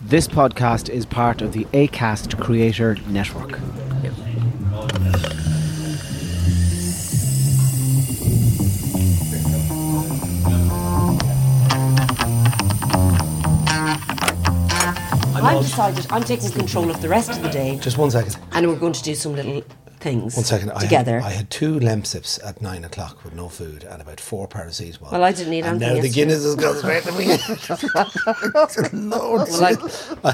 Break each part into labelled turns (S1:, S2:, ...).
S1: This podcast is part of the ACAST Creator Network.
S2: I've decided I'm taking control of the rest of the day
S3: Just one second.
S2: and we're going to do some little things
S3: One second. I
S2: together.
S3: Had, I had two Lemsips at nine o'clock with no food and about four paracetamol.
S2: Well, I didn't need
S3: And now
S2: anything
S3: the
S2: yesterday.
S3: Guinness has gone straight to me. Lord,
S2: Well, I-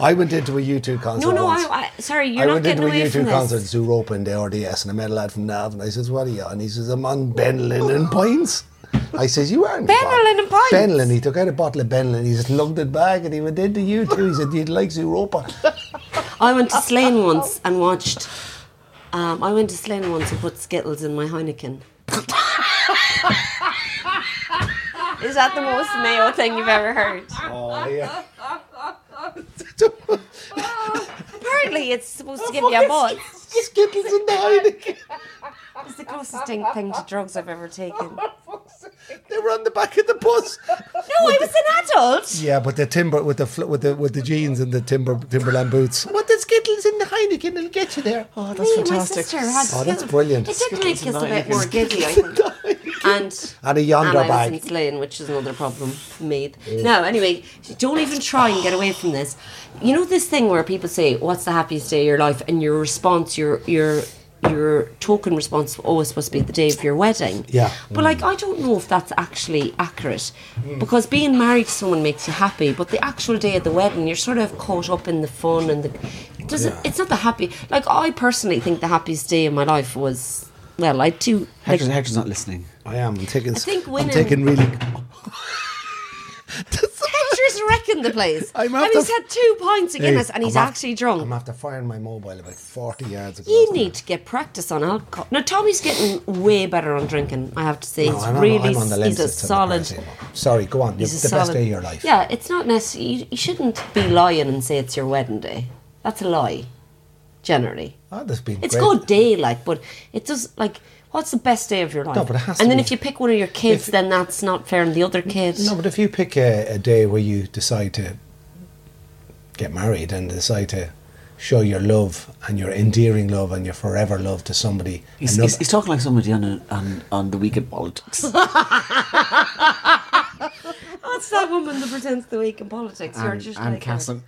S3: I, I went into a U2 concert.
S2: no, no,
S3: once.
S2: I, I, sorry, you're
S3: I
S2: not
S3: went
S2: getting
S3: into a
S2: away from
S3: U2 concert,
S2: this.
S3: Zooropa in the RDS, and I met a lad from Nav, and I says, "What are you?" And he says, "I'm on Benlin and Pines." I says, "You aren't
S2: Benlin and Pines?
S3: Benlin. He took out a bottle of Benlin. He just lugged it back, and he went into U2. He said, "You'd like Zooropa."
S2: I
S3: Uh,
S2: went to Slane once and watched. Um, I went to Slane once and put Skittles in my Heineken. Is that the most Mayo thing you've ever heard?
S3: Oh, yeah.
S2: Apparently, it's supposed to give you a buzz.
S3: Skittles and Heineken.
S2: It's the closest thing, thing to drugs I've ever taken. No,
S3: They were on the back of the bus.
S2: I was an adult.
S3: Yeah, but the timber with the fl- with the with the jeans and the timber Timberland boots. What the Skittles and the Heineken will get you there. Oh,
S2: Me and my sister had
S3: Oh, that's
S2: Skittles.
S3: brilliant.
S2: It did make us a bit more giddy, I think. And
S3: And a yonder
S2: and I
S3: bag.
S2: was in Slane, which is another problem made. No, anyway, don't even try and get away from this. You know this thing where people say, "What's the happiest day of your life?" and your response, your your your token response, was always supposed to be the day of your wedding.
S3: Yeah.
S2: But like, I don't know if that's actually accurate, because being married to someone makes you happy, but the actual day of the wedding, you're sort of caught up in the fun and the. it Doesn't it's not the happy? Like I personally think the happiest day in my life was. Well, I do. Like,
S1: Hector's, Hector's not listening.
S3: I am. I'm taking. I
S2: think
S3: I'm
S2: women-
S3: taking really.
S2: Hector's wrecking the place.
S3: I'm
S2: and
S3: after-
S2: he's had two pints of Guinness and he's
S3: I'm af-
S2: actually drunk.
S3: I'm after firing my mobile about forty yards. across
S2: you
S3: the-
S2: need to get practice on alcohol. Now, Tommy's getting way better on drinking, I have to say.
S3: No,
S2: he's
S3: I'm on-
S2: really,
S3: I'm on the
S2: he's
S3: Lemsip
S2: a
S3: and the
S2: solid.
S3: paracetamol. Sorry, go on. You're
S2: He's
S3: the
S2: a
S3: best
S2: solid-
S3: day of your life.
S2: Yeah, it's not necessary. You, you shouldn't be lying and say it's your wedding day. That's a lie, generally.
S3: Oh, that's been
S2: It's
S3: great.
S2: good day, like, but it does, like, what's the best day of your life?
S3: No, but it has
S2: and
S3: to
S2: then
S3: be-
S2: if you pick one of your kids,
S3: If-
S2: then that's not fair on the other kids.
S3: No, but if you pick a, a day where you decide to get married and decide to show your love and your endearing love and your forever love to somebody,
S4: He's,
S3: another-
S4: he's, he's talking like somebody on, a, on on the weekend politics.
S2: What's that woman that pretends to week in politics? You're
S4: and
S2: just
S4: and
S2: like her.
S4: Castle.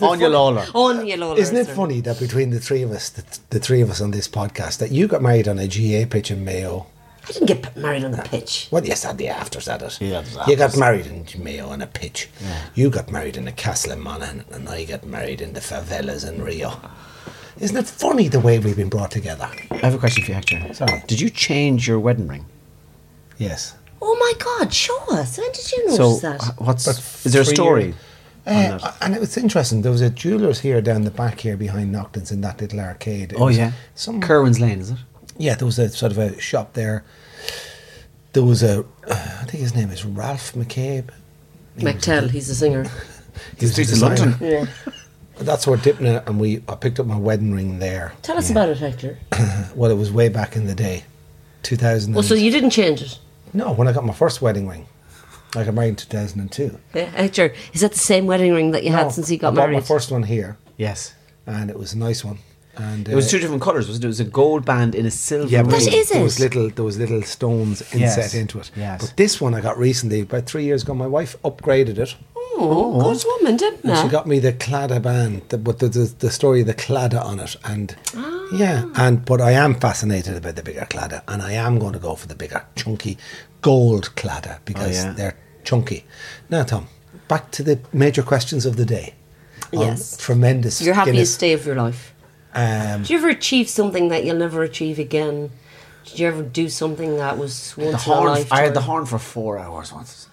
S4: Anya Lawler.
S2: On your Lola,
S3: Isn't it
S2: sir.
S3: funny that between the three of us, the, the three of us on this podcast, that you got married on a GA pitch in Mayo?
S2: I didn't get married on
S3: Uh,
S2: the pitch.
S3: Well, yes, at the afters, at it.
S4: Yeah, it was
S3: you got married in Mayo on a pitch. You got married in a castle in Monaghan, and I got married in the favelas in Rio. Isn't it funny the way we've been brought together?
S1: I have a question for you, Hector.
S3: Sorry.
S1: Did you change your wedding ring?
S3: Yes.
S2: Oh my God, show us. When did you
S1: So,
S2: notice that?
S1: wh- what's.
S3: But
S1: is there a
S3: three
S1: story?
S3: years- Uh, and it was interesting. There was a jeweller's here down the back here behind Noctons in that little arcade. It
S1: Oh,
S3: was
S1: yeah.
S3: Some
S1: Kerwin's Lane, is it?
S3: yeah, there was a sort of a shop there. There was a, uh, I think his name is Ralph McCabe.
S2: McTell, he's a singer.
S3: He was a
S1: streets of
S3: designer.
S1: London.
S2: Yeah.
S3: That's where Dipna and we. I picked up my wedding ring there.
S2: Tell us about it, Hector.
S3: Well, it was way back in the day, two thousand.
S2: Well, so you didn't change it.
S3: no, when I got my first wedding ring, I got married in two thousand and two.
S2: Yeah, Hector, is that the same wedding ring that you had since you got
S3: I bought
S2: married?
S3: my first one here,
S1: Yes.
S3: and it was a nice one. And,
S4: It was
S3: uh,
S4: two different colors, was it? It was a gold band in a silver.
S3: Yeah, but
S4: ring.
S2: That is
S3: there was
S2: it.
S3: little there was little stones
S1: Yes,
S3: inset into it.
S1: yes.
S3: But this one I got recently, about three years ago. My wife upgraded it.
S2: Oh, good woman, didn't
S3: And
S2: I?
S3: she got me the Clada band, the, but the, the the story of the Clada on it, and yeah, and but I am fascinated about the bigger Clada, and I am going to go for the bigger chunky gold Clada because
S4: yeah.
S3: they're chunky. Now, Tom, back to the major questions of the day. on
S2: Yes.
S3: tremendous.
S2: Your
S3: Guinness.
S2: happiest day of your life.
S3: Um,
S2: Did you ever achieve something that you'll never achieve again? Did you ever do something that was
S4: The
S2: once in a
S4: horn. I
S2: lifetime?
S4: had the horn for four hours once.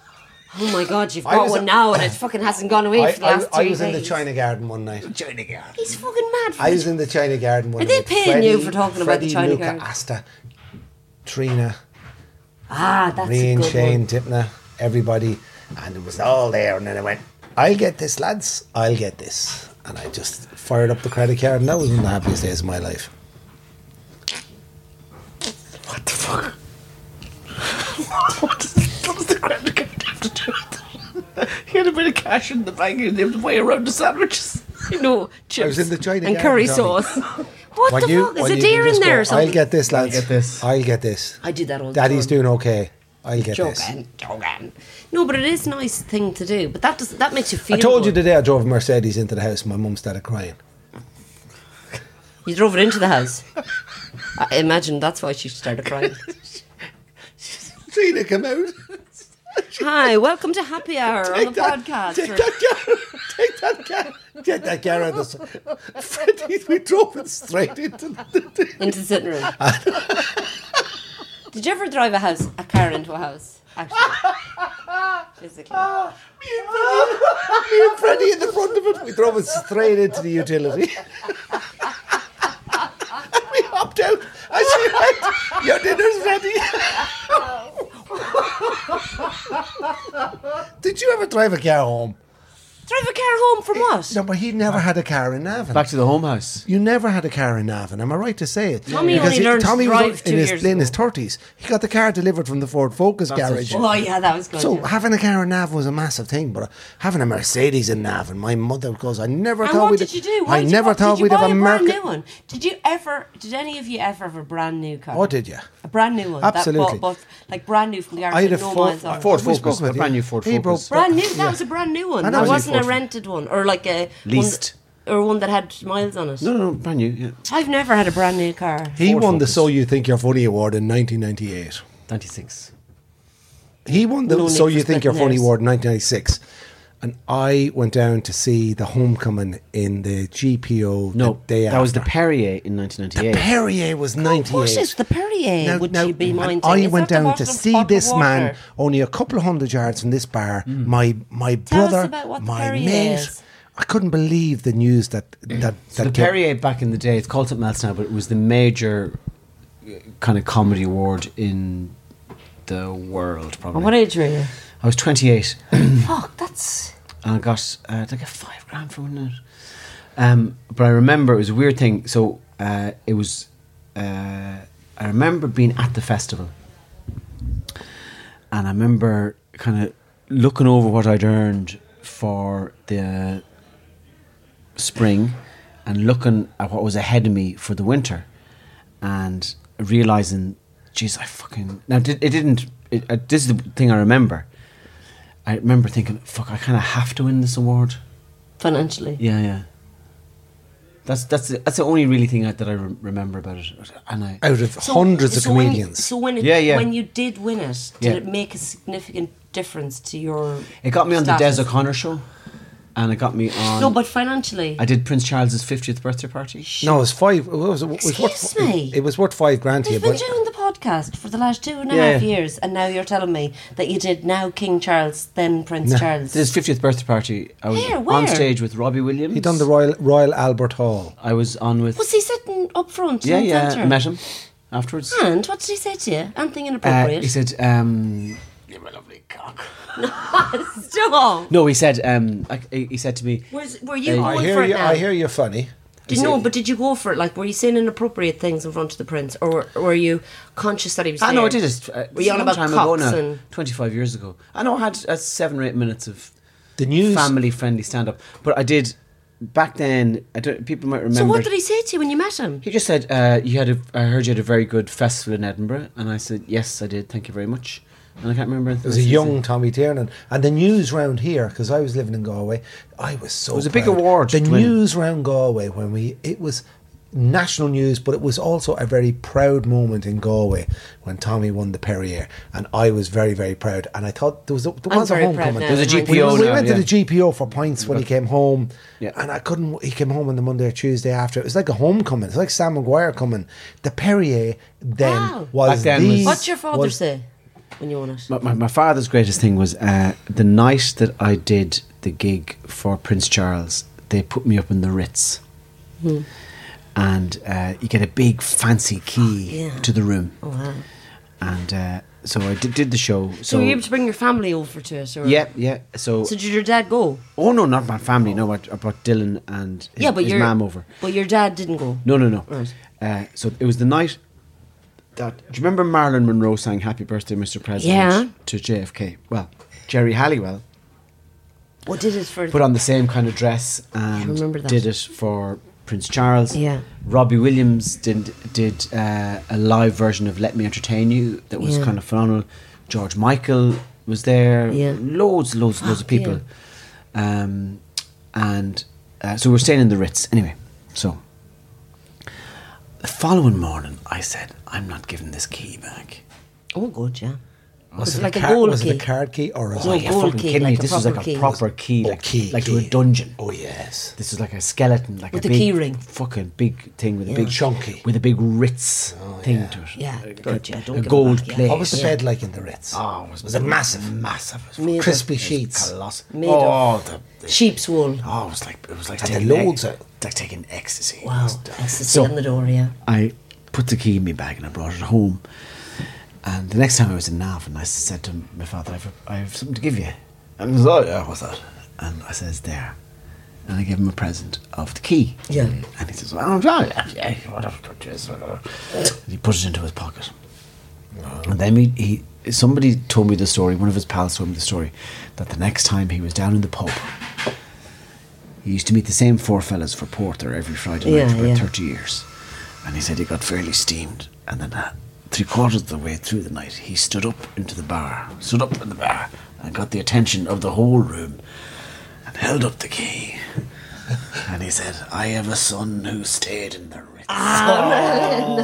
S2: Oh my god, you've
S3: I
S2: got
S3: was-
S2: one now, and it fucking hasn't gone away
S3: I,
S2: for the
S3: I,
S2: last
S3: I
S2: three
S3: was in the
S2: days.
S3: China Garden one night.
S4: Joining her.
S2: He's fucking mad. For
S3: I was in the China Garden one
S2: Are they
S3: night.
S2: paying you for talking about the China
S3: Luca
S2: Garden?
S3: Asta, Trina,
S2: ah, that's a
S3: Reen,
S2: good
S3: Shane,
S2: one.
S3: Tipna, everybody, and it was all there. And then I went, "I'll get this, lads. I'll get this." And I just fired up the credit card, and that was one of the happiest days of my life.
S4: What the fuck? what does what does the credit card have to do with it? He had a bit of cash in the bank and he had to buy around the sandwiches.
S2: No, chips
S3: in the China
S2: and
S3: Garden,
S2: curry
S3: Johnny.
S2: sauce. What
S3: When
S2: the
S3: you-
S2: fuck? Is
S3: when
S2: a
S3: you
S2: deer in
S3: can just
S2: there
S3: go,
S2: or something?
S3: I'll get this, lads.
S4: get this.
S3: I'll get this.
S2: I do that all the
S3: Daddy's
S2: time.
S3: doing okay. I'll get this.
S2: Joking, joking. No, but it is a nice thing to do. But that does that makes you feel.
S3: I told
S2: good.
S3: you today I drove a Mercedes into the house. and My mum started crying.
S2: You drove it into the house. I imagine that's why she started crying.
S3: Trina, come out.
S2: Hi, welcome to Happy Hour on the podcast.
S3: Take that car. Take that car. Take that car out of the. Freddie, we drove it straight into the.
S2: into the sitting room. Did you ever drive a house, a car into a house? Actually, physically.
S3: Me and Freddie in the front of it. We drove it straight into the utility. and we hopped out. And she went, Your dinner's ready. Did you ever drive a car home?
S2: Drive a car home from what?
S3: No, but he never had a car in Navan.
S4: Back to the home house.
S3: You never had a car in Navan. Am I right to say it?
S2: Tommy only learned to
S3: Tommy was
S2: drive two
S3: in his,
S2: years
S3: in his 30s. He got the car delivered from the Ford Focus garage.
S2: Oh yeah, that was good.
S3: So
S2: yeah.
S3: having a car in Nav was a massive thing, but having a Mercedes in Nav, and my mother goes, "I never
S2: and
S3: thought
S2: what
S3: we'd."
S2: did you do? Why
S3: I
S2: did you-
S3: never
S2: what-
S3: thought
S2: did you
S3: we'd
S2: buy
S3: have a,
S2: a brand
S3: Merc-
S2: new one. Did you ever? Did any of you ever have a brand new car?
S3: Oh, did you?
S2: A brand new one.
S3: Absolutely.
S2: That, but, like brand new from the garage.
S3: I had a
S2: with no
S3: Ford,
S2: miles on it.
S4: Ford
S3: we spoke
S4: Focus,
S3: about
S4: a
S3: it.
S4: brand new Ford
S3: He
S4: Focus.
S3: broke-
S2: Brand new. That
S3: yeah.
S2: was a brand new one.
S3: I
S2: That
S3: know it was a
S2: wasn't a
S3: Ford.
S2: rented one or like a one
S4: Leased.
S2: that- or one that had miles on it.
S4: No, no, no, brand new. Yeah.
S2: I've never had a brand new car.
S3: He
S4: Ford
S3: won the
S4: Focus.
S3: So You Think You're Funny award in 1998.
S4: 96.
S3: He won the
S2: No need
S3: So
S2: for
S3: You Think You're
S2: splitting
S3: Funny
S2: hairs.
S3: award in 1996. And I went down to see the homecoming in the GPO.
S4: No,
S3: the day
S4: that was the
S3: after.
S4: Perrier in 1998.
S3: Perrier was 98.
S2: course it's the Perrier,
S3: Now-
S2: would
S3: now,
S2: you be minding?
S3: I
S2: Is
S3: went
S2: that the
S3: down to
S2: bottle of
S3: see
S2: bottled
S3: this man
S2: water?
S3: only a couple of hundred yards from this bar. My my
S2: Hmm. Tell us
S3: brother,
S2: about what the
S3: my
S2: Perrier
S3: mate.
S2: is.
S3: I couldn't believe the news that that
S4: So
S3: that
S4: the
S3: came-
S4: Perrier back in the day, it's called something else now, but it was the major uh, kind of comedy award in the world, probably.
S2: What age were you?
S4: I was 28
S3: Hmm.
S2: Fuck, that's.
S4: and I got uh, like a five grand for winning it. Um, but I remember it was a weird thing. So uh, it was, uh, I remember being at the festival and I remember kind of looking over what I'd earned for the spring and looking at what was ahead of me for the winter and realizing, geez, I fucking. Now, did- it didn't. It, uh, this is the thing I remember. I remember thinking, fuck, I kind of have to win this award.
S2: Financially.
S4: Yeah, yeah. That's that's the, that's the only really thing I, that I re- remember about it. And I,
S3: out of hundreds of
S2: so when-
S3: comedians.
S2: so when it,
S4: Yeah, yeah.
S2: when you did win it, did
S4: Yeah.
S2: it make a significant difference to your?
S4: it got me on the
S2: status?
S4: Des O'Connor show, and it got me on.
S2: No, but financially,
S4: I did Prince Charles's fiftieth birthday party.
S3: no, it was five. It was, it was
S2: Excuse
S3: worth, it-
S2: me.
S3: It, was worth five grand to you,
S2: we've been
S3: but
S2: doing the podcast for the last two and a half
S4: Yeah, yeah.
S2: years, and now you're telling me that you did now King Charles, then Prince Charles.
S4: Did his fiftieth birthday party. I was
S2: Here,
S4: on
S2: where?
S4: stage with Robbie Williams.
S3: he done the Royal Royal Albert Hall.
S4: I was on with.
S2: Was he sitting up front?
S4: yeah,
S2: in Hmm,
S4: yeah.
S2: Centre?
S4: Met him afterwards.
S2: And what did he say to you? Anything
S4: Uh,
S2: inappropriate?
S4: he said, um, "You're a lovely cock."
S2: Stop.
S4: No, he said. Um, I, he said to me,
S2: Was, were you
S4: Hey, I
S2: going
S3: I
S2: for
S3: hear
S2: it
S3: you.
S2: now?
S3: I hear you're funny.
S2: Did, no, but did you go for it? Like, were you saying inappropriate things in front of the prince, or were, were you conscious that he was?
S4: I know I
S2: there?
S4: did it. Uh,
S2: Were you on
S4: some
S2: about
S4: time ago
S2: cocks
S4: now,
S2: and?
S4: 25 years ago. I know I had uh, seven or eight minutes of
S3: The news.
S4: family friendly stand up, but I did back then, I don't, people might remember.
S2: So what did he say to you when you met him?
S4: He just said, uh, "You had a, I heard you had a very good festival in Edinburgh," and I said, "Yes, I did. Thank you very much." And I can't remember.
S3: It was a young Tommy Tiernan, and the news round here because I was living in Galway, I was so. It
S4: was a big award
S3: The
S4: to win.
S3: news round Galway when we it was national news, but it was also a very proud moment in Galway when Tommy won the Perrier, and I was very very proud. And I thought there was a, there
S2: I'm
S3: was a
S2: very proud
S3: homecoming.
S2: now. There was a
S3: We-
S4: GPO
S3: We,
S4: now,
S3: went
S4: yeah.
S3: to the GPO for points when he came home,
S4: Yeah.
S3: and I couldn't. He came home on the Monday or Tuesday after. It was like a homecoming. It's like Sam McGuire coming. The Perrier then
S2: Wow.
S3: was
S4: Back then
S3: the,
S4: was-
S2: What's your father
S3: was-
S2: say when you won it?
S4: My, my, my father's greatest thing was uh, the night that I did the gig for Prince Charles. They put me up in the Ritz,
S2: Hmm.
S4: and uh, you get a big fancy key
S2: Oh, yeah.
S4: to the room,
S2: Wow.
S4: and uh, so I did, did the show.
S2: So
S4: So
S2: were you able to bring your family over to it? Or?
S4: yeah, yeah. So,
S2: So did your dad go?
S4: oh no, not my family. No, I, I brought Dylan and his,
S2: yeah, but
S4: his
S2: your
S4: mom over.
S2: But your dad didn't go.
S4: No, no, no.
S2: Right.
S4: Uh, so it was the night that. Do you remember Marilyn Monroe sang "Happy Birthday, Mr. President"
S2: Yeah.
S4: to JFK? Well, Jerry Halliwell
S2: What did it for?
S4: put on the same kind of dress and
S2: remember that.
S4: did it for Prince Charles.
S2: Yeah.
S4: Robbie Williams did did uh, a live version of "Let Me Entertain You" that was
S2: Yeah.
S4: kind of phenomenal. George Michael was there.
S2: Yeah.
S4: Loads, loads, loads of people. Um, and uh, so we're staying in the Ritz anyway. So the following morning, I said, "I'm not giving this key back."
S2: oh, good, yeah. Was,
S3: Was
S2: it
S3: it
S2: like
S3: a
S2: a
S3: card-
S2: gold
S3: was
S2: key?
S3: it a card key or a
S4: Oh,
S2: a
S4: yeah,
S2: gold
S4: fucking
S2: key,
S4: kidding
S2: like
S4: me.
S2: a
S4: This was like a
S2: proper key.
S4: proper key,
S3: Oh,
S4: like,
S3: key,
S4: like to
S3: key.
S4: a dungeon.
S3: Oh yes.
S4: This is like a skeleton, like
S2: With
S4: a
S2: the
S4: big
S2: key ring.
S4: fucking big thing with a
S2: Yeah.
S4: big
S3: Chunky.
S4: with a big Ritz thing to it.
S2: Yeah,
S4: A-
S2: good, yeah, don't
S4: a
S2: give it
S4: gold
S2: back, yeah.
S4: plate.
S3: What was the
S2: Yeah.
S3: bed like in the Ritz?
S4: Oh, it was,
S3: Was it massive?
S4: Massive, It was
S2: Made of-
S3: Crispy
S4: it was
S3: sheets.
S4: colossal.
S2: Made
S4: oh, the,
S2: Sheep's wool.
S4: oh, it was like it was like
S3: And
S4: taking
S3: they loads
S4: ec-
S3: of-
S4: like taking ecstasy. It
S2: Wow.
S4: was-
S2: Ecstasy
S4: So-
S2: on the door, yeah.
S4: I put the key in my bag and I brought it home. And the next time I was in Navan, I said to my father, I've, I have something to give you. And he was like, "Oh, yeah, what's that? And I says, there. And I gave him a present of the key.
S2: Yeah.
S4: And he says, well, I'm sorry. Yeah, whatever, just whatever." And he put it into his pocket. And then he, he, somebody told me the story, one of his pals told me the story, that the next time he was down in the pub, he used to meet the same four fellas for Porter every Friday night
S2: Yeah,
S4: for
S2: yeah.
S4: 30 years. And he said he got fairly steamed. And then uh, three quarters of the way through the night, he stood up into the bar, stood up in the bar, and got the attention of the whole room and held up the key. and he said, I have a son who stayed in the Ritz.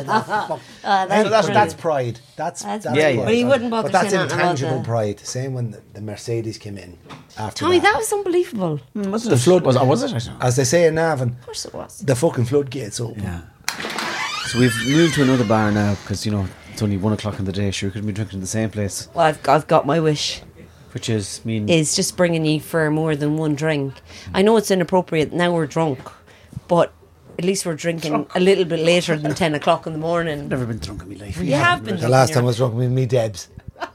S3: So that's, that's pride. That's,
S2: Ah, That's
S3: that's,
S2: brilliant.
S3: pride.
S2: But he wouldn't bother
S3: But that's
S2: saying nothing about
S3: intangible
S2: the-
S3: pride. Same when the, the Mercedes came in. After
S2: Tommy, that was unbelievable. Of
S4: the flood was, oh, was it? I don't know.
S3: as they say in Navan,
S2: course it was.
S3: the fucking floodgates open.
S4: Yeah. So we've moved to another bar now because you know it's only one o'clock in the day. Sure, could be drinking in the same place,
S2: Well, I've, I've got my wish.
S4: which is mean.
S2: Is just bringing you for more than one drink. I know it's inappropriate. Now we're drunk, but at least we're drinking a little bit later than ten o'clock in the morning.
S4: never been drunk in my life.
S2: You have been.
S3: The last
S2: drinking
S3: time I was drunk with me Debs.
S2: your-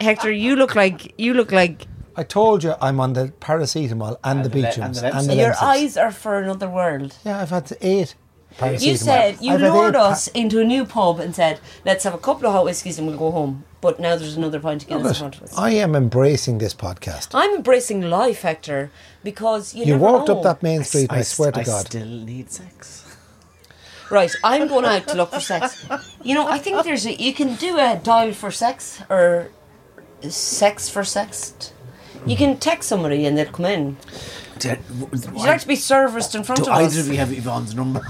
S2: Hector, you look like you look like
S3: I told you I'm on the paracetamol and, the
S4: the le-
S3: beach
S4: and the Lemsip.
S2: your eyes are for another world.
S3: Yeah, I've had eight. Paracetamol.
S2: You said you
S3: I've had
S2: lured
S3: eight pa-
S2: us into a new pub and said, "Let's have a couple of hot whiskies and we'll go home." But now there's another pint of Guinness in front of us.
S3: I am embracing this podcast.
S2: I'm embracing life, Hector, because you,
S3: You
S2: never
S3: walked
S2: know.
S3: up that main street, and I, swear to
S4: I
S3: God.
S4: still need sex.
S2: Right, I'm going out to look for sex. You know, I think there's a you can do a dial for sex or sex for sext. You can text somebody and they'll come in.
S4: Do,
S2: Would you like to be serviced in front
S4: do
S2: of
S4: either
S2: us?
S4: of you have Yvonne's number?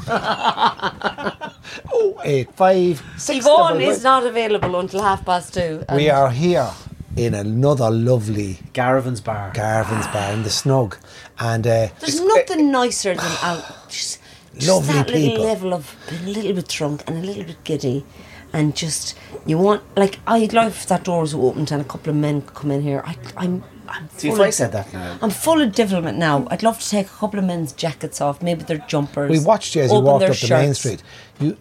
S3: Oh, eight five six.
S2: Yvonne
S3: double
S2: is
S3: eight.
S2: not available until half past two. and-
S3: We are here in another lovely
S4: Garvin's bar.
S3: Garvin's bar in the snug, and uh,
S2: There's nothing nicer than out. Just, just
S3: Lovely
S2: that little
S3: people.
S2: level of being a little bit drunk and a little bit giddy, and just you want like I'd love if that door was opened and a couple of men could come in here. I, I'm. I'm
S4: See, if
S2: full
S4: I
S2: of-
S4: said that now-
S2: I'm full of development now. I'd love to take a couple of men's jackets off, maybe their jumpers.
S3: we watched you as you
S2: open
S3: walked
S2: their
S3: up the main
S2: shirts.
S3: street. You,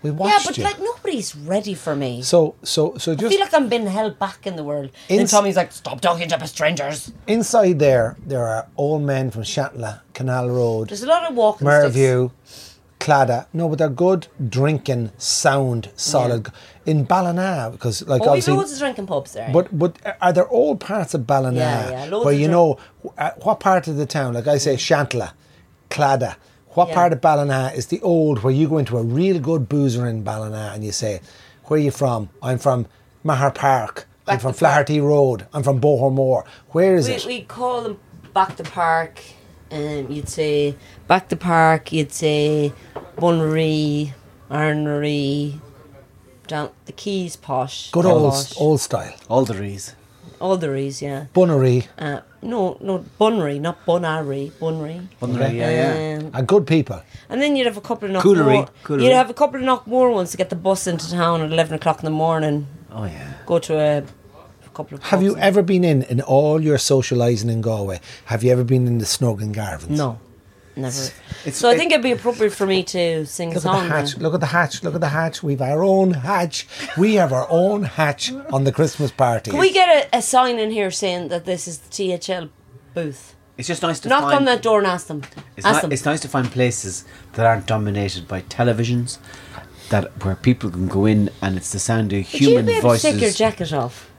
S3: we
S2: Yeah,
S3: watched
S2: but
S3: you.
S2: like nobody's ready for me.
S3: so so so
S2: I
S3: just
S2: feel like I'm being held back in the world. and
S3: Ins-
S2: Tommy's like, "Stop talking to strangers."
S3: inside there, there are old men from Shatla, Canal Road,
S2: There's a lot of walking. sticks.
S3: Merview, Clada. No, but they're good drinking, sound, solid. In Ballina, because like
S2: Oh, we've
S3: obviously.
S2: loads of drinking pubs there.
S3: But but are there all parts of Ballina
S2: Yeah, yeah, loads
S3: where
S2: of
S3: you
S2: dri-
S3: know uh, what part of the town? Like I say, Shantla. Clada. What
S2: Yeah.
S3: part of Ballina is the old where you go into a real good boozer in Ballina and you say, Where are you from? I'm from Maher Park. I'm
S2: Back
S3: from
S2: to Park.
S3: Flaherty Road. I'm from Bohormore. Where is
S2: We,
S3: it?
S2: we call them back the park. Um, you'd say back the park. You'd say Bunnery, Arnery, down the Keys, posh.
S3: good
S2: they're
S3: old,
S2: posh.
S3: old style.
S4: All the rees.
S2: Alderies, yeah.
S3: Bunnery.
S2: Uh, no, no, Bunnery, not Bunnery, Bunnery.
S4: yeah, yeah.
S2: Um,
S3: And good people.
S2: and then you'd have a couple of
S4: Coolery,
S2: Knockmore.
S4: Coolery.
S2: You'd have a couple of Knockmore ones to get the bus into town at eleven o'clock in the morning.
S4: Oh yeah.
S2: Go to a, a couple of.
S3: Have
S2: pubs
S3: you
S2: and-
S3: ever been in, in all your socialising in Galway, have you ever been in the Snug and Garvins?
S2: No, never.
S4: it's-
S2: so
S4: it-
S2: I think it'd be appropriate for me to sing a
S3: Look at
S2: song.
S3: the
S2: now.
S3: hatch. Look at the hatch. Look at the hatch. We've our own hatch. We have our own hatch on the Christmas party.
S2: Can we get a, a sign in here saying that this is the THL booth?
S4: It's just nice to
S2: Knock
S4: find,
S2: on that door and ask them.
S4: It's,
S2: Ask
S4: ni-
S2: them.
S4: it's nice to find places that aren't dominated by televisions, that where people can go in and it's the sound of
S2: Would you
S4: human
S2: be able
S4: voices.
S2: to take your jacket off?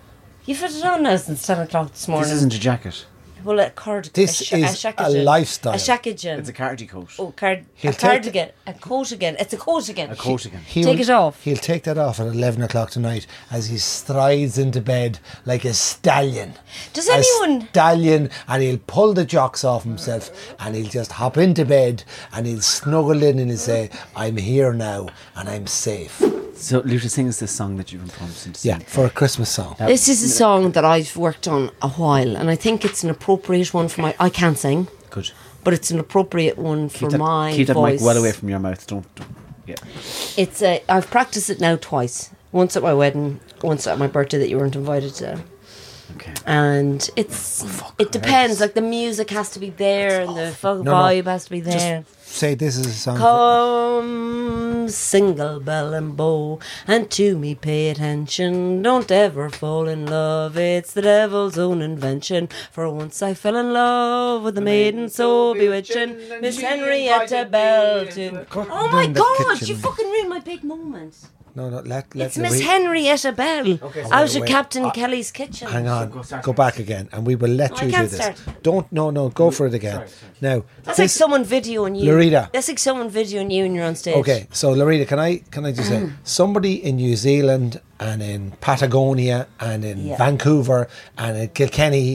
S2: You've had it on now since 10 o'clock this morning.
S4: this isn't a jacket.
S2: well, a card.
S3: This
S2: a
S3: is
S2: a,
S3: a
S2: shackagen.
S3: lifestyle.
S2: A shackagen.
S4: It's a cardi coat.
S2: Oh, card,
S3: He'll
S2: a
S3: take
S2: cardigan. A coat again. It's a coat again.
S4: A coat again.
S3: He'll-
S2: Take it off.
S3: He'll take that off at 11 o'clock tonight as he strides into bed like a stallion.
S2: Does
S3: A
S2: anyone-
S3: stallion, and he'll pull the jocks off himself and he'll just hop into bed and he'll snuggle in and he'll say, I'm here now and I'm safe.
S4: So Luta sings this song that you've been promising to sing.
S3: Yeah, for a Christmas song.
S2: This is a song that I've worked on a while, and I think it's an appropriate one for my. I can't sing,
S4: Good.
S2: but it's an appropriate one for
S4: Keep that,
S2: my
S4: keep that
S2: voice.
S4: mic well away from your mouth. Don't. don't yeah.
S2: It's a, I've practiced it now twice. Once at my wedding, once at my birthday that you weren't invited to.
S4: Okay.
S2: And it's it depends. Like the music has to be there, and the fuck
S3: No, no.
S2: vibe has to be there.
S3: Say this is a song.
S2: Come, single bell and bow, and to me pay attention. Don't ever fall in love, it's the devil's own invention. For once I fell in love with a maiden so bewitching, Miss Henrietta Bell. To... Oh my
S3: in the
S2: god,
S3: kitchen.
S2: you fucking ruined my big moment.
S3: no, no, let, let
S2: It's Miss
S3: we-
S2: Henrietta Bell out
S3: wait,
S2: of
S3: wait.
S2: Captain
S3: I-
S2: Kelly's kitchen.
S3: Hang on, go, back again, and we will let
S2: No, I
S3: you do
S2: can't
S3: this.
S2: start.
S3: Don't, no, no, go for it again. Now,
S2: That's like
S3: this-
S2: someone videoing you.
S3: Loretta.
S2: That's like someone videoing you and you're on stage.
S3: Okay, so Loretta, can I can I just
S2: Mm.
S3: say somebody in New Zealand and in Patagonia and in
S2: Yeah.
S3: Vancouver and in Kilkenny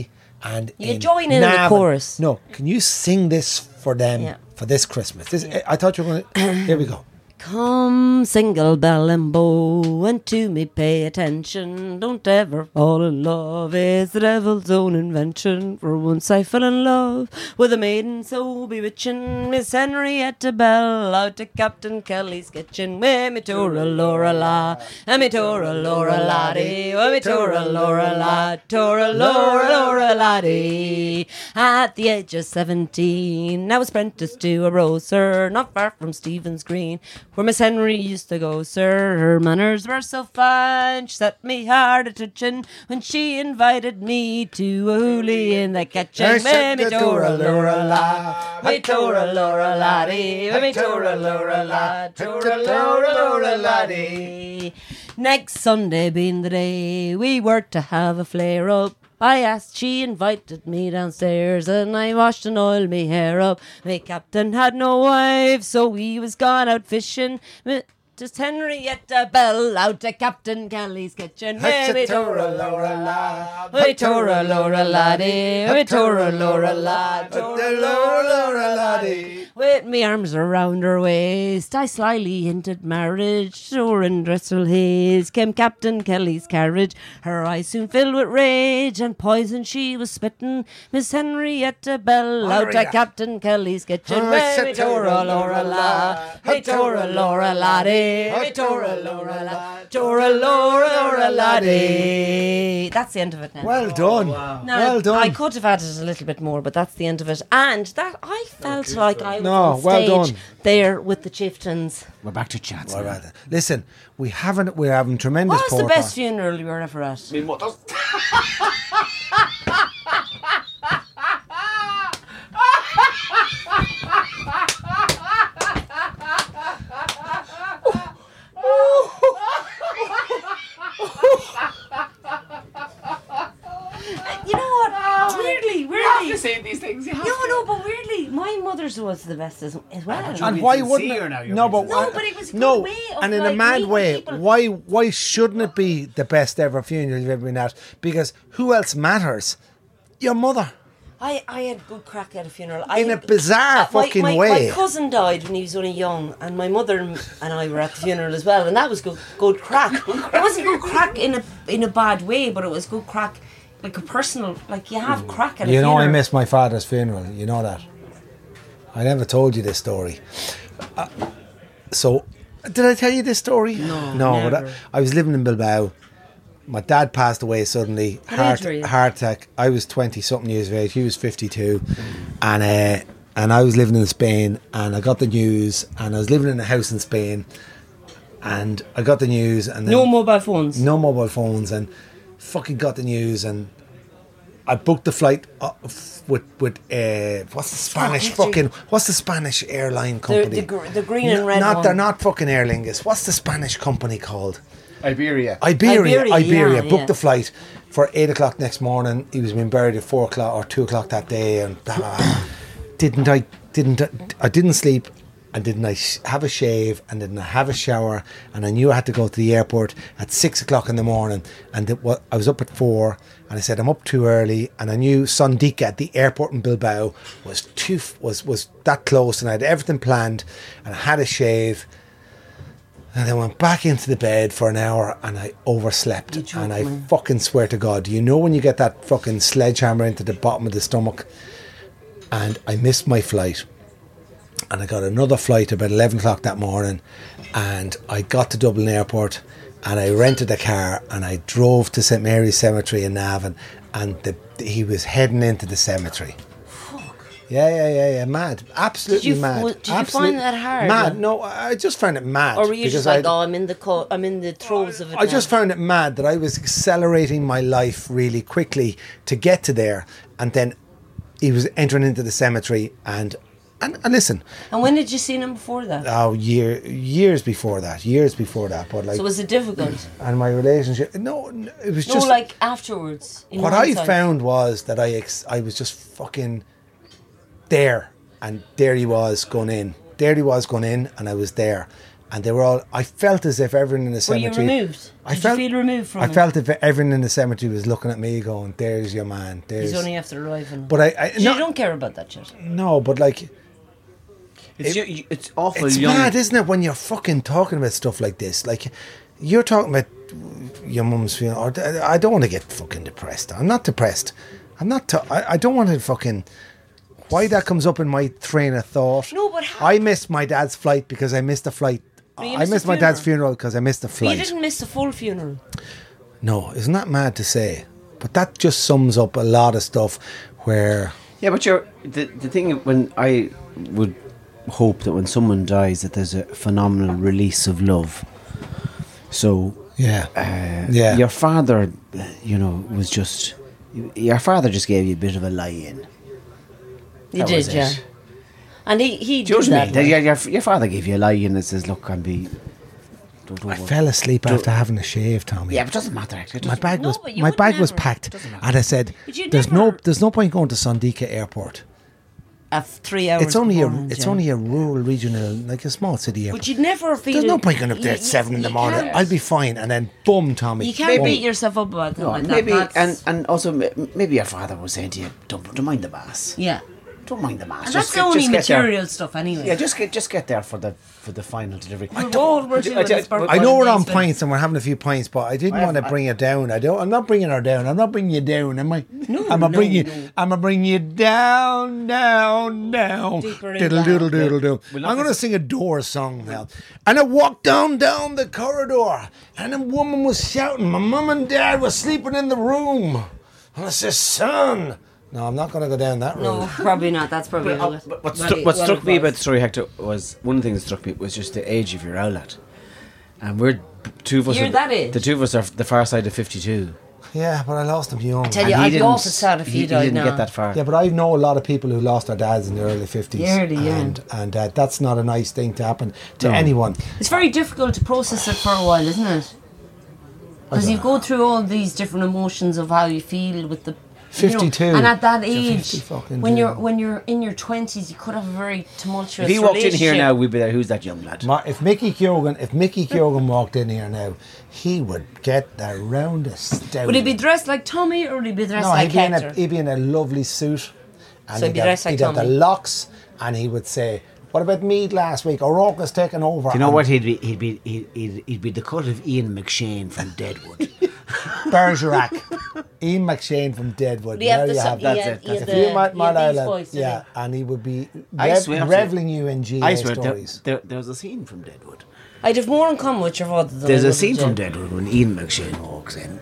S3: and
S2: You
S3: in
S2: join in on the
S3: Navan-
S2: chorus.
S3: No, can you sing this for them
S2: Yeah.
S3: for this Christmas? This I thought you were going. to... Here we go.
S2: Come, single bell and bow, and to me pay attention. Don't ever fall in love, it's the devil's own invention. For once I fell in love with a maiden so bewitching, Miss Henrietta Bell, out to Captain Kelly's kitchen. Where me tour a Laura la, and me tour a Laura laddie, where me tour a Laura la, tour a Laura Laura laddie. At the age of seventeen, I was apprentice to a roser, not far from Stephen's Green, where Miss Henry used to go, sir. Her manners were so fine, she set me hard a touching when she invited me to a hoolie in the kitchen. Mammy Dora Laura la, me Dora Laura laddie, me Dora Laura la, Dora Laura Laura laddie. Next Sunday being the day we were to have a flare up. I asked, she invited me downstairs, and I washed and oiled me hair up. My captain had no wife, so he was gone out fishing. M- Just Henrietta Bell out to Captain Kelly's kitchen. Hey, Tora Laura la, hey Tora Laura laddie, hey Tora Laura la, Tora Laura Laura laddie. With me arms around her waist, I slyly hinted marriage. Sure in Dressel haze came Captain Kelly's carriage. Her eyes soon filled with rage and poison she was spitting. Miss Henrietta Bell out to Captain Kelly's kitchen. Hey, Tora Laura la, hey Tora Laura laddie, hey Tora Laura la, Tora Laura Laura laddie. That's the end of it now.
S3: Well done.
S2: Now,
S3: well done.
S2: I could have added a little bit more, but that's the end of it. And that I felt like I was
S3: No,
S2: on
S3: well
S2: stage
S3: done.
S2: there with the chieftains.
S4: We're back to chats.
S3: All
S4: now.
S3: right then. Listen, we haven't. We're having tremendous.
S2: what was the
S3: pork
S2: best
S3: on.
S2: funeral you were ever at? you know what? Weirdly, weirdly,
S5: have to say these things. You have
S2: No,
S5: to.
S2: no, but weirdly, my mother's was the best as, as well.
S1: And why
S4: can see
S1: wouldn't
S4: her
S1: it?
S4: now, you're
S1: no,
S4: being
S1: but
S4: sincere.
S2: No, but it was a good
S1: no,
S2: way of,
S1: and in a
S2: like,
S1: mad
S2: meeting
S1: way.
S2: people.
S1: Why why shouldn't it be the best ever funeral you've ever been at? Because who else matters? Your mother.
S2: I, I had good crack at a funeral. I
S1: In a
S2: had- uh,
S1: bizarre
S2: my-
S1: fucking
S2: my,
S1: way.
S2: My cousin died when he was only young, and my mother and and I were at the funeral as well, and that was good, good crack. It wasn't good crack in a in a bad way, but it was good crack, like a personal. Like you have crack at a
S3: Mm. You know,
S2: funeral.
S3: I missed my father's funeral. You know that. I never told you this story. Uh, so, did I tell you this story? No. No, but
S2: never.
S3: I, I was living in Bilbao. My dad passed away suddenly. Heart,
S2: age were you?
S3: heart attack. I was 20 something years of age. He was 52. And, uh, and I was living in Spain and I got the news and I was living in a house in Spain and I got the news and then
S2: No mobile phones.
S3: no mobile phones and fucking got the news and I booked the flight uh, f- with with uh, what's the Spanish fucking what's the Spanish airline company
S2: the gr- the green and red
S3: not
S2: one.
S3: they're not fucking Aer Lingus what's the Spanish company called
S4: Iberia.
S3: Iberia Iberia,
S2: Iberia, yeah,
S3: booked
S2: yeah.
S3: the flight for eight o'clock next morning he was being buried at four o'clock or two o'clock that day and blah, blah, blah. didn't I didn't I, I didn't sleep and didn't I sh- have a shave and didn't I have a shower and I knew I had to go to the airport at six o'clock in the morning and it wa- I was up at four and I said I'm up too early and I knew Sondika at the airport in Bilbao was too f- was was that close and I had everything planned and I had a shave and I went back into the bed for an hour and I overslept and I
S2: eh?
S3: fucking swear to God you know when you get that fucking sledgehammer into the bottom of the stomach and I missed my flight. And I got another flight about 11 o'clock that morning. And I got to Dublin Airport and I rented a car and I drove to St Mary's Cemetery in Navan. And the, he was heading into the cemetery. Yeah, yeah, yeah, yeah. Mad. Absolutely
S2: you f-
S3: mad.
S2: w- did you find
S3: Absolutely
S2: that hard?
S3: Mad. No, I I just found it mad.
S2: Or were you
S3: because
S2: just like,
S3: I-
S2: oh, I'm in the co- I'm in the throes of it.
S3: I
S2: now."
S3: just found it mad that I was accelerating my life really quickly to get to there, and then he was entering into the cemetery. And and, and listen,
S2: And when did you see him before that?
S3: oh, year years before that, years before that, but like,
S2: so was it difficult?
S3: and my relationship. No, n- it was
S2: No,
S3: just
S2: like afterwards. in
S3: what I
S2: hindsight.
S3: found was that I ex- I was just fucking there, and there he was going in. There he was going in, and I was there, and they were all. I felt as if everyone in the
S2: Were you
S3: cemetery.
S2: removed?
S3: I
S2: Did you
S3: felt
S2: feel removed from
S3: I
S2: it?
S3: felt if everyone in the cemetery was looking at me, going, "There's your man." There's.
S2: He's only after arriving.
S3: but I, I
S2: So
S3: no,
S2: you don't care about that shit.
S3: no, but like
S4: It's, you- you- it's awful
S3: it's
S4: young.
S3: mad, isn't it, when you're fucking talking about stuff like this? Like, you're talking about your mum's feeling. Or I don't want to get fucking depressed. I'm not depressed. I'm not. ta- I, I don't want to fucking. Why that comes up in my train of thought?
S2: No, but how-
S3: I missed my dad's flight because I missed the flight.
S2: you
S3: I
S2: missed
S3: missed
S2: the
S3: my dad's
S2: funeral.
S3: funeral because I missed the
S2: But
S3: flight.
S2: you didn't miss the full funeral.
S3: No, isn't that mad to say? But that just sums up a lot of stuff where.
S4: Yeah, but you're, the the thing when I would hope that when someone dies that there's a phenomenal release of love. So
S3: Yeah.
S4: uh,
S3: Yeah.
S4: your father, you know, was just your father just gave you a bit of a lie in.
S2: You did, yeah. And he he
S4: Do you
S2: did
S4: know what I mean?
S2: that.
S4: That Your, your, your father gave you a lie in and says, "Look, I'm be." Don't
S3: I
S4: over-"
S3: fell asleep after having a shave, Tommy.
S4: Yeah, but it doesn't matter. Actually, it
S3: my
S4: doesn't-
S3: bag
S2: No,
S3: was
S2: but you
S3: my
S2: would
S3: bag was
S2: never.
S3: packed, and I said,
S2: But you'd
S3: "There's no
S2: never-
S3: there's no point going to Sandika Airport.
S2: At three hours.
S3: It's only a
S2: beforehand, Oh,
S3: it's
S2: yeah.
S3: only a rural regional like a small city airport.
S2: But you'd never feel.
S3: there's no point going up there at
S2: you-
S3: seven in the
S2: you
S3: morning.
S2: can't-
S3: I'll be fine." And then boom, Tommy.
S2: You can't
S3: boom.
S2: beat yourself up about that.
S4: No,
S2: like that.
S4: maybe
S2: That's-
S4: and and also m- maybe your father was saying to you, "Don't, don't mind the mass.
S2: yeah,
S4: Don't mind the mass."
S2: and that's
S4: just
S2: the
S4: get-
S2: only
S4: just get there."
S2: material stuff anyway.
S4: Yeah, just get just get there for the for the final delivery. I
S2: all we're doing is burp
S3: I know
S2: on
S3: we're on
S2: days, but-
S3: pints and we're having a few pints, but I didn't want to bring her down. I don't. I'm not bringing her down. I'm not bringing you down. Am I? No. I'm gonna
S2: no,
S3: bring you.
S2: no.
S3: I'm gonna bring you down, down, down.
S2: Deeper in
S3: Diddle,
S2: that.
S3: doodle, doodle, doodle.
S4: We'll not
S3: I'm gonna
S4: miss-
S3: sing a Doors song now. And I walked down, down the corridor, and a woman was shouting. My mum and dad were sleeping in the room, and I said, "Son." No, I'm not gonna go down that road.
S2: no, probably not. That's probably how it-
S4: But what,
S2: well,
S4: stru-
S2: it-
S4: what
S2: well,
S4: struck
S2: it
S4: me
S2: was.
S4: about the story, Hector, was one of the things that struck me was just the age of your outlet. And we're two of us.
S2: You're
S4: are,
S2: that age?
S4: The two of us are the far side of fifty-two.
S3: Yeah, but I lost them young.
S2: Tell you,
S4: And he
S2: I'd be
S4: didn't-
S2: awful sad if
S4: he,
S2: you
S4: he
S2: died
S4: didn't
S2: now.
S4: get that far.
S3: Yeah, but I know a lot of people who lost their dads in the early 50s.
S2: Early, yeah.
S3: And, and uh, that's not a nice thing to happen to anyone.
S2: It's very difficult to process it for a while, isn't it? Because you go through all these different emotions of how you feel with the
S3: 52.
S2: And at that
S3: It's a
S2: age,
S3: 50 fucking
S2: when
S3: two.
S2: you're when you're in your twenties, you could have a very tumultuous.
S4: If he walked in here
S2: relationship.
S4: now, we'd be like, "Who's that young lad?"
S3: Ma- if Mickey Kyogan, if Mickey Kyogan walked in here now, he would get the roundest down.
S2: would he be dressed like Tommy or would he be dressed
S3: No,
S2: like
S3: he'd be, in
S2: Hector?
S3: a, he'd be in a lovely suit. And
S2: So he'd
S3: he'd
S2: be
S3: have-
S2: dressed like
S3: he'd have the
S2: Tommy.
S3: locks, and he would say, "What about Mead last week? O'Rourke's taken over."
S4: Do you know
S3: and
S4: what he'd be? He'd be he'd, he'd, he'd be the cut of Ian McShane from Deadwood.
S3: Bergerac, Ian McShane from Deadwood.
S2: But he had
S3: Now
S2: the
S3: you
S2: sub-
S3: have
S2: he
S3: that.
S2: had-
S4: that's it,
S2: he
S4: that's
S2: had
S3: If you
S2: the-
S3: might,
S2: he had
S3: Mad
S2: these
S3: Island,
S2: voice, didn't
S3: yeah,
S2: he?
S3: and he would be
S4: I
S3: rev-
S4: swear to-
S3: reveling you in GA
S4: I swear, there,
S3: stories.
S4: there, there was a scene from Deadwood.
S2: I'd have more in common with your father than
S4: There's
S2: I
S4: a
S2: would
S4: scene
S2: with
S4: from
S2: Jen.
S4: Deadwood when Ian McShane walks in,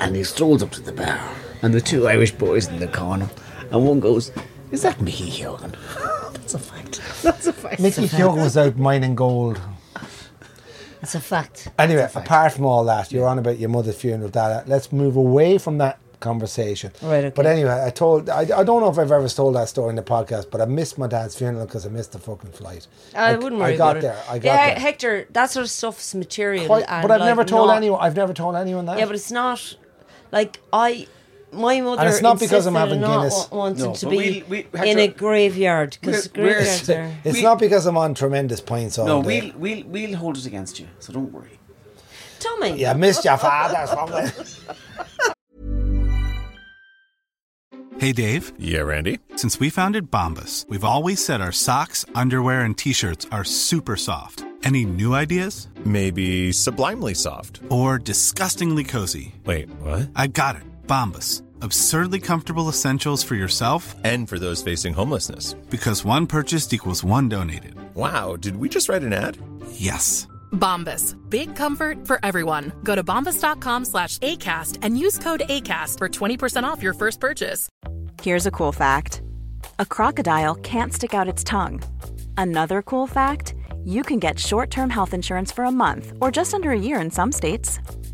S4: and he strolls up to the bar, and the two Irish boys in the corner, and one goes, "Is that Mickey Hogan?" That's a fact. That's a fact.
S3: Mickey Kyogan was out mining gold.
S2: It's a fact.
S3: Anyway, apart from all that, you're on about your mother's funeral, Dada. Let's move away from that conversation.
S2: Right, okay.
S3: But anyway, I told, I, I don't know if I've ever told that story in the podcast, but I missed my dad's funeral because I missed the fucking flight.
S2: I, wouldn't worry
S3: I got
S2: about
S3: there.
S2: it.
S3: I got
S2: yeah,
S3: there.
S2: Hector, that sort of stuff's material.
S3: Quite-
S2: and,
S3: but I've
S2: like,
S3: never told
S2: not-
S3: anyone. I've never told anyone that.
S2: Yeah, but it's not like I. My mother.
S3: it's not because
S2: insisted
S3: I'm
S2: on
S3: having
S2: not
S3: Guinness.
S2: wa- wanting
S4: No,
S2: to
S4: but
S2: be
S4: we'll- we-
S2: in a
S4: Hector-
S2: graveyard because
S4: We're- we're-
S2: graveyards are.
S3: it's
S4: we-
S3: not because I'm on tremendous pints all
S4: No,
S3: day.
S4: we'll we'll we'll hold it against you, so don't worry.
S2: Tommy.
S3: Yeah, I missed your father. somewhere.
S6: Hey, Dave.
S7: Yeah, Randy.
S6: Since we founded Bombus, we've always said our socks, underwear, and t shirts are super soft. Any new ideas?
S7: Maybe sublimely soft.
S6: Or disgustingly cozy?
S7: Wait, what?
S6: I got it. Bombus. Absurdly comfortable essentials for yourself
S7: And for those facing homelessness.
S6: because one purchased equals one donated.
S7: Wow, did we just write an ad?
S6: Yes.
S8: Bombas. Big comfort for everyone. Go to bombas.com slash ACAST and use code ACAST for 20% off your first purchase.
S9: Here's a cool fact a crocodile can't stick out its tongue. Another cool fact you can get short term health insurance for a month or just under a year in some states.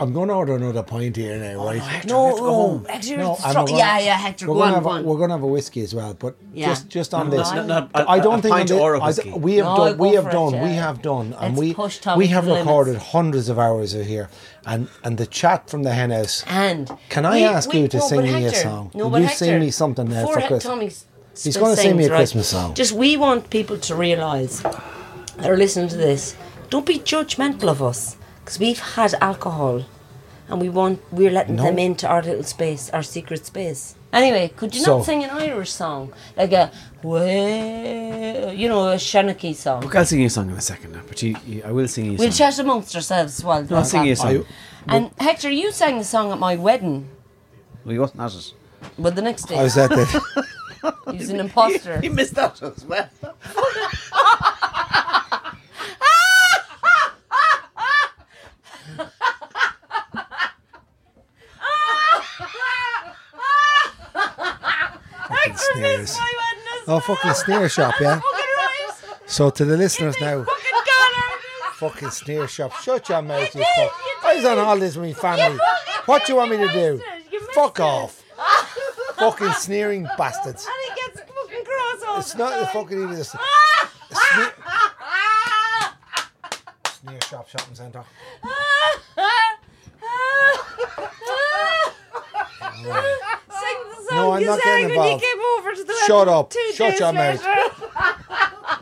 S3: I'm going to order another pint here now, right?
S2: No, no, Hector.
S3: No,
S2: it's
S3: I'm
S2: tro-
S3: not gonna-
S2: yeah, yeah, Hector.
S3: We're
S2: Go
S3: gonna
S2: on,
S3: have
S2: go
S3: a, we're
S2: on.
S3: going to have a whiskey as well, but
S2: Yeah.
S3: just just on
S2: No,
S3: this.
S2: no,
S3: I
S2: no, no,
S4: a-
S3: I don't
S4: a
S3: think on
S4: pint
S3: thi-
S4: or a
S3: I d-
S4: whiskey.
S3: we have
S2: No,
S3: done
S2: go
S3: we have
S2: for it,
S3: done we
S2: yeah.
S3: have done and
S2: Let's
S3: we
S2: push Tommy
S3: we
S2: to
S3: have
S2: the limits.
S3: recorded hundreds of hours of here and and the chat from the hen house.
S2: And
S3: Can I
S2: Wait,
S3: ask
S2: wait,
S3: you to
S2: no,
S3: sing
S2: but
S3: me a
S2: Hector,
S3: song?
S2: No,
S3: Will
S2: but
S3: you
S2: Hector,
S3: sing me something now
S2: before
S3: for
S2: Hec-
S3: Christmas?
S2: Tommy's
S3: He's
S2: s-
S3: gonna sing me
S2: sings,
S3: a
S2: right?
S3: Christmas song.
S2: Just we want people to realise that are listening to this. Don't be judgmental of us because we've had alcohol, and we want we're letting them into our little space, our secret space. Anyway, could you
S3: So-
S2: not sing an Irish song like a well, you know, a Shanachie song?
S4: Look, I'll sing you a song in a second, now, but you, you, I will sing you. A
S2: We'll
S4: song.
S2: chat amongst ourselves while.
S4: I'll sing you a song.
S2: And Hector, you sang the song at my wedding,
S4: We wasn't at it.
S2: but the next day
S3: I was at the
S2: he was an imposter.
S4: You missed that as well.
S3: fucking snares.
S2: I
S3: Oh fucking snare shop, yeah. So to the listeners now, fucking snare shop. Shut your mouth, you fuck. I was on holidays with my family. What do you want me to do? Fuck off. Fucking sneering bastards.
S2: And he gets fucking cross all
S3: It's not the fucking even the sneer,
S2: Ah!
S3: sneer shop shopping centre.
S2: Sing the song
S3: No, I'm
S2: you
S3: not
S2: sang
S3: getting
S2: when you
S3: involved.
S2: came over to the
S3: Shut
S2: wedding
S3: up.
S2: two
S3: Shut
S2: days
S3: your mouth.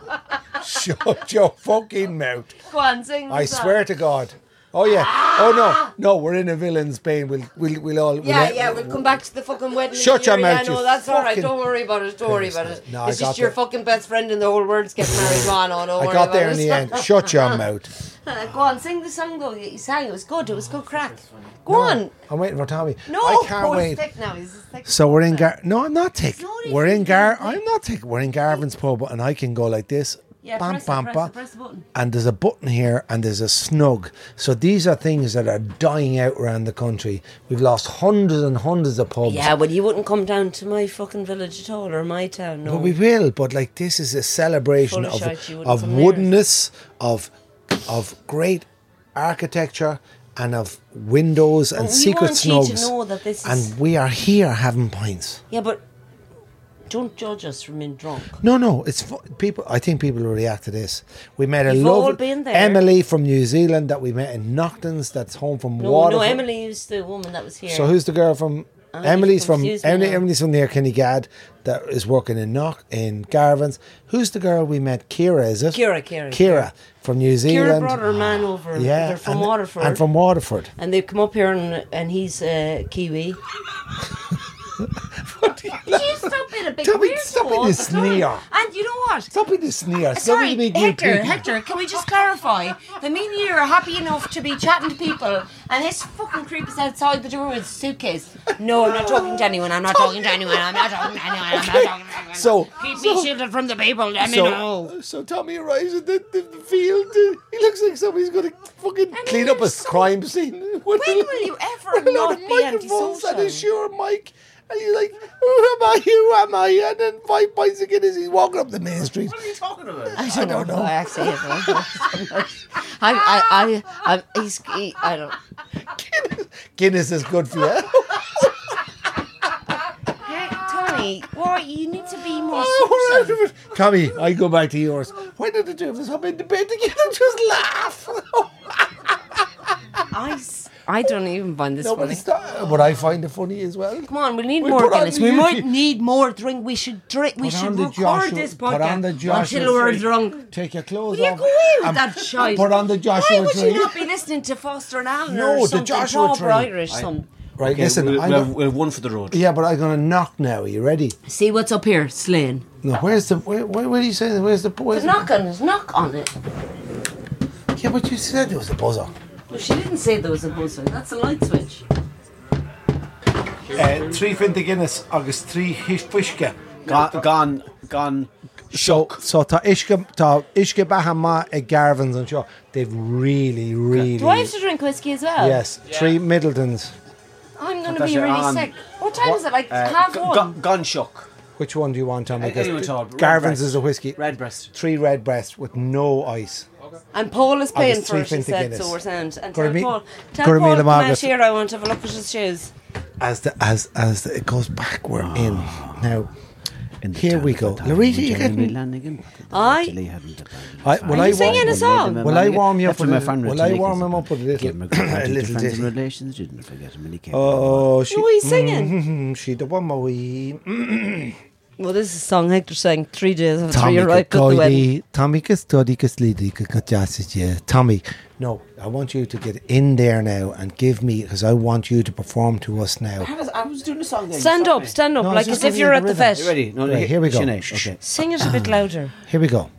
S2: later.
S3: Shut your fucking mouth.
S2: Go on, sing the
S3: I
S2: song.
S3: swear to God. Oh yeah. Oh no. No, we're in a villain's bane. We'll we'll we'll all.
S2: Ah! Yeah,
S3: we'll,
S2: yeah, we'll come back to the fucking wedding.
S3: Shut
S2: theory.
S3: your mouth,
S2: Yeah,
S3: you
S2: no, that's all right.
S3: fucking-
S2: Don't worry about it. Don't worry about it.
S3: No, I
S2: it's
S3: got
S2: just your
S3: there.
S2: fucking best friend in the whole world's getting married. Go on, oh, don't
S3: I
S2: worry
S3: got
S2: about
S3: there
S2: it.
S3: in the end. Shut your mouth.
S2: Uh, Go on, sing the song though. He sang. It was good. It was good crack. Go on.
S3: I'm waiting for Tommy.
S2: No,
S3: I can't
S2: oh,
S3: wait.
S2: He's sick now. He's sick.
S3: So we're in Gar. No, I'm not taking.
S2: Sorry,
S3: We're in
S2: Steve,
S3: Gar.
S2: you're
S3: I'm not taking. We're in Garvin's pub, and I can go like this.
S2: Yeah,
S3: bam,
S2: press it,
S3: bam,
S2: press
S3: bam.
S2: it, press the button.
S3: And there's a button here, and there's a snug. So these are things that are dying out around the country. We've lost hundreds and hundreds of pubs.
S2: Yeah, well, you wouldn't come down to my fucking village at all or my town. No.
S3: But we will. But like this is a celebration
S2: Full
S3: of
S2: of shite, you wouldn't
S3: of
S2: come near it.
S3: woodenness, of of great architecture, and of windows and
S2: we
S3: secret
S2: want you
S3: snugs.
S2: to know that this is-
S3: and we are here having pints.
S2: yeah, but don't judge us for being drunk.
S3: No, no, it's fu- people. I think people will react to this. We met a
S2: You've
S3: lovely
S2: all been there.
S3: Emily from New Zealand that we met in Knockton's. That's home from
S2: No,
S3: Waterford.
S2: no, Emily is the woman that was here. Ah,
S3: So who's the girl from? Emily's from
S2: confused me
S3: Emily,
S2: now.
S3: Emily's from near Kinnegad that is working in Knock in Garvin's. Who's the girl we met? Kira, is it?
S2: Kira, Kira,
S3: Kira,
S2: Kira.
S3: from New
S2: Kira
S3: Zealand.
S2: brought her man over.
S3: yeah,
S2: They're from
S3: and,
S2: Waterford.
S3: and from Waterford.
S2: and they've come up here and, and he's uh, Kiwi.
S10: She's still been a big
S3: Tell me-
S10: weirdo
S3: stop being
S10: all
S3: a
S10: the time.
S3: sneer.
S2: And you know what?
S3: Stop with the
S2: Uh,
S3: sneer. Stop
S10: Sorry,
S3: with the big new
S10: Hector,
S3: people.
S10: Hector, can we just clarify that me and you are happy enough to be chatting to people and this fucking creep is outside the door with a suitcase?
S2: No, I'm not talking to anyone. I'm not talking to anyone. I'm not talking to anyone. I'm not talking to anyone.
S3: So
S10: Keep me shielded from the people, let me know.
S3: so, so Tommy arrives at the, the, the field. He looks like somebody's going to fucking clean up a crime scene. When
S2: When will you ever not be
S3: And
S2: antisocial?
S3: a sure mic. And he's like, who am I? Who am I? And then five pints again as he's walking up the main street.
S4: What are you talking about?
S2: I don't, know. I actually have I, I, I, I, he's, he, I don't.
S3: Guinness is good for you.
S2: Tony, what? You need to be more
S3: Oh, we're
S2: social.
S3: out of it. Tommy, I go back to yours. Why did the two of us hop into bed together and just laugh?
S2: I, s- I don't even find this funny.
S3: Nobody stop. But I find it funny as well.
S2: Come on, we need
S3: We
S2: more
S3: put on
S2: Guinness.
S3: the
S2: We might
S3: YouTube.
S2: need more drink. We should drink. We
S3: Put
S2: should
S3: on the
S2: record
S3: Joshua-
S2: this podcast
S3: put on the Joshua
S2: until we're
S3: tree.
S2: drunk.
S3: Take your clothes
S2: Will you
S3: off.
S2: go away with
S3: and
S2: that shite?
S3: Put on the Joshua
S2: Why would
S3: tree.
S2: you not be listening to Foster and Allen
S3: No,
S2: or
S3: the
S2: something
S3: Joshua
S2: proper
S3: tree.
S2: Irish? Some.
S3: Right, listen.
S4: we'll,
S3: I'm
S4: we'll,
S3: go-
S4: we'll have one for the road.
S3: yeah, but I'm gonna knock now. Are you ready?
S2: See what's up here, Slane.
S3: No, where's the where? Where, where do you say? Where's the where's the,
S2: Knock on it. Knock on it.
S3: Yeah, but you said there was a buzzer.
S2: Well, she didn't say there was a buzzer. That's a light switch.
S3: Uh, three finte Guinness, August three fishke.
S4: Gone, gone, gone.
S3: So, so tá isca tá isca bacha má ag eh, Garvin's and sure they've really, really.
S10: Do I have to drink whiskey as well?
S3: Yes, three Middletons.
S10: I'm going to
S4: That's
S10: be
S4: your
S10: really
S4: arm.
S10: sick. What time is it? Like
S4: Uh,
S10: half
S4: go-
S10: one?
S4: go- Gone shock.
S3: Which one do you want, Tommy?
S4: Any-
S3: Because
S4: anyone at all, but
S3: Garvin's
S4: Redbreast.
S3: is a whiskey.
S4: Redbreast.
S3: Three red breasts with no ice.
S2: And Paul is paying
S3: just
S2: for it,
S3: three
S2: she
S3: finte
S2: said,
S3: Guinness.
S2: so we're sound. And
S3: Go to
S2: tell
S3: me-
S2: Paul,
S3: go to
S2: tell
S3: me
S2: Paul
S3: and
S2: to come out
S3: Margaret.
S2: here, I want to have a look at his shoes.
S3: As the as as the, it goes back, we're in now. Here we go, Larita. You getting
S2: Aye.
S3: I, will I
S2: singing a song?
S3: Will I warm you up with
S4: my
S3: a-
S4: friend
S3: will
S4: Richard
S3: I warm
S4: Nichols.
S3: him up with a little-
S4: Gave him a good
S3: a
S4: party to
S3: little
S4: friends and
S3: ditty?
S4: relations, didn't forget him, and he came
S3: Oh, she,
S2: No, he's singing.
S3: mm, she the one we.
S2: Well, this is a song Hector sang three days after
S3: Tommy
S2: you arrived at the wedding.
S3: Cody, Tommy Custody Custody Custody Tommy, no, I want you to get in there now and give me because I want you to perform to us now.
S4: I was, I was doing a song there.
S2: Stand up, stand up,
S3: No, I was
S2: like as
S3: just
S2: if
S3: giving
S2: you're
S3: you
S2: at
S3: the
S2: the
S3: rhythm.
S2: vet.
S4: You ready? No,
S3: Right,
S4: he-
S3: here we go.
S4: Sinead,
S3: Shh.
S4: Okay.
S2: Sing it a
S3: Ah.
S2: bit louder.
S3: Here we go.